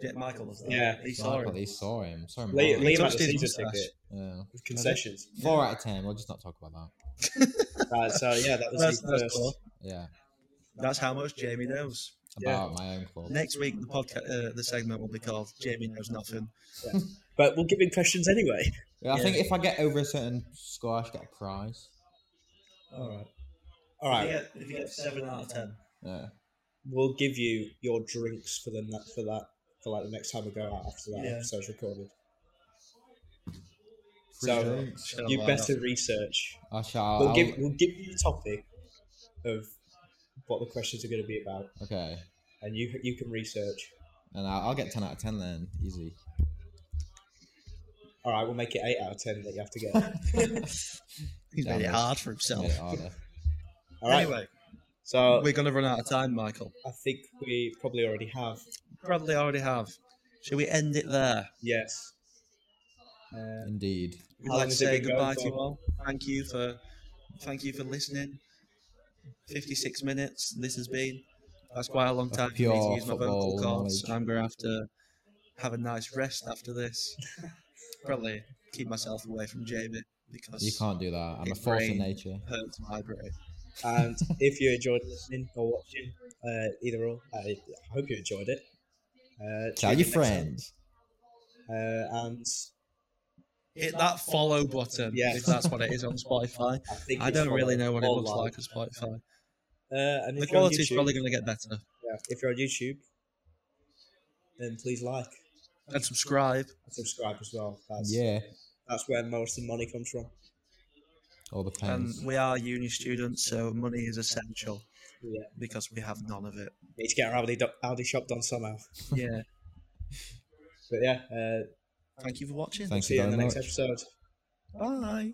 D: Jet Michael was there.
A: Yeah.
C: He saw
B: Sorry,
C: it.
B: he saw him. Sorry,
A: Lee,
B: Mark.
A: Liam had a
C: touched his
A: season
C: moustache.
A: ticket
B: Yeah.
A: with concessions.
B: Four out of ten. We'll just not talk about that.
A: Right, so yeah, that was
C: That's,
A: his
C: that's,
A: first.
C: cool.
B: Yeah.
C: That's how much Jamie knows.
A: Yeah.
B: About my own club.
C: Next week, the podcast, uh, the segment will be called "Jamie Knows Nothing."
A: But we'll give him questions anyway.
B: Yeah, I
C: Yeah.
B: think if I get over a certain score, I should get a prize.
D: All right.
A: All
D: If,
A: right,
D: you get, if you get seven out of ten,
B: Yeah.
A: we'll give you your drinks for the na- for that for like the next time we go out after that
D: Yeah.
A: episode's recorded.
B: Free
A: So,
B: drinks.
C: Shut up,
A: you
C: why
A: better
C: not?
A: research.
B: I
C: Uh,
B: shall.
A: We'll
B: I'll-
A: give we'll give you the topic of what the questions are going to be about,
B: Okay.
A: and you you can research.
B: And I'll, I'll get ten out of ten then. Easy.
A: All right, we'll make it eight out of ten that you have to get.
C: He's made it
B: Damn it.
C: hard for himself.
B: Made it harder.
A: All right,
C: Anyway,
A: so
C: we're gonna run out of time, Michael.
A: I think we probably already have.
C: Probably already have. Shall we end it there?
A: Yes. Uh,
B: Indeed.
C: We'd
A: How long
C: like to
A: has it
C: say
A: been going
C: goodbye to
A: for?
C: you all. Thank you for thank you for listening. Fifty six minutes this has been. That's quite a long
B: Of
C: time for me to
B: pure
C: use my vocal
B: football
C: cords.
B: knowledge.
C: I'm gonna have to have a nice rest after this. Probably keep myself away from Jamie because
B: You can't do that. I'm a
C: Big
B: force of
C: brain.
B: nature.
C: it hurts my brain.
A: And if you enjoyed listening or watching, uh, either or, I I hope you enjoyed it. Uh, tune
B: Tell your
A: in next time.
B: friends.
A: Uh, and
C: Hit that follow button
A: Yeah.
C: if that's what it is on Spotify.
A: I think
C: I
A: it's
C: don't really
A: followed
C: know what it
A: or
C: looks like
A: liked.
C: on Spotify.
A: Uh, and
C: The
A: if you're on
C: quality is
A: YouTube-
C: probably going to get better.
A: yeah, if you're on YouTube, then please like
C: And subscribe.
A: and subscribe as well. That's,
B: Yeah.
A: that's where most of the money comes from.
B: All the
C: And
B: pens.
C: we are uni students, so money is essential
A: Yeah,
C: because we have none of it.
A: need to get our Aldi, do- Aldi shop done somehow.
C: Yeah.
A: But yeah, uh,
C: Thank you for watching.
B: Thank
A: see
B: you
A: you in
B: very
A: the next
B: much.
A: episode.
C: Bye.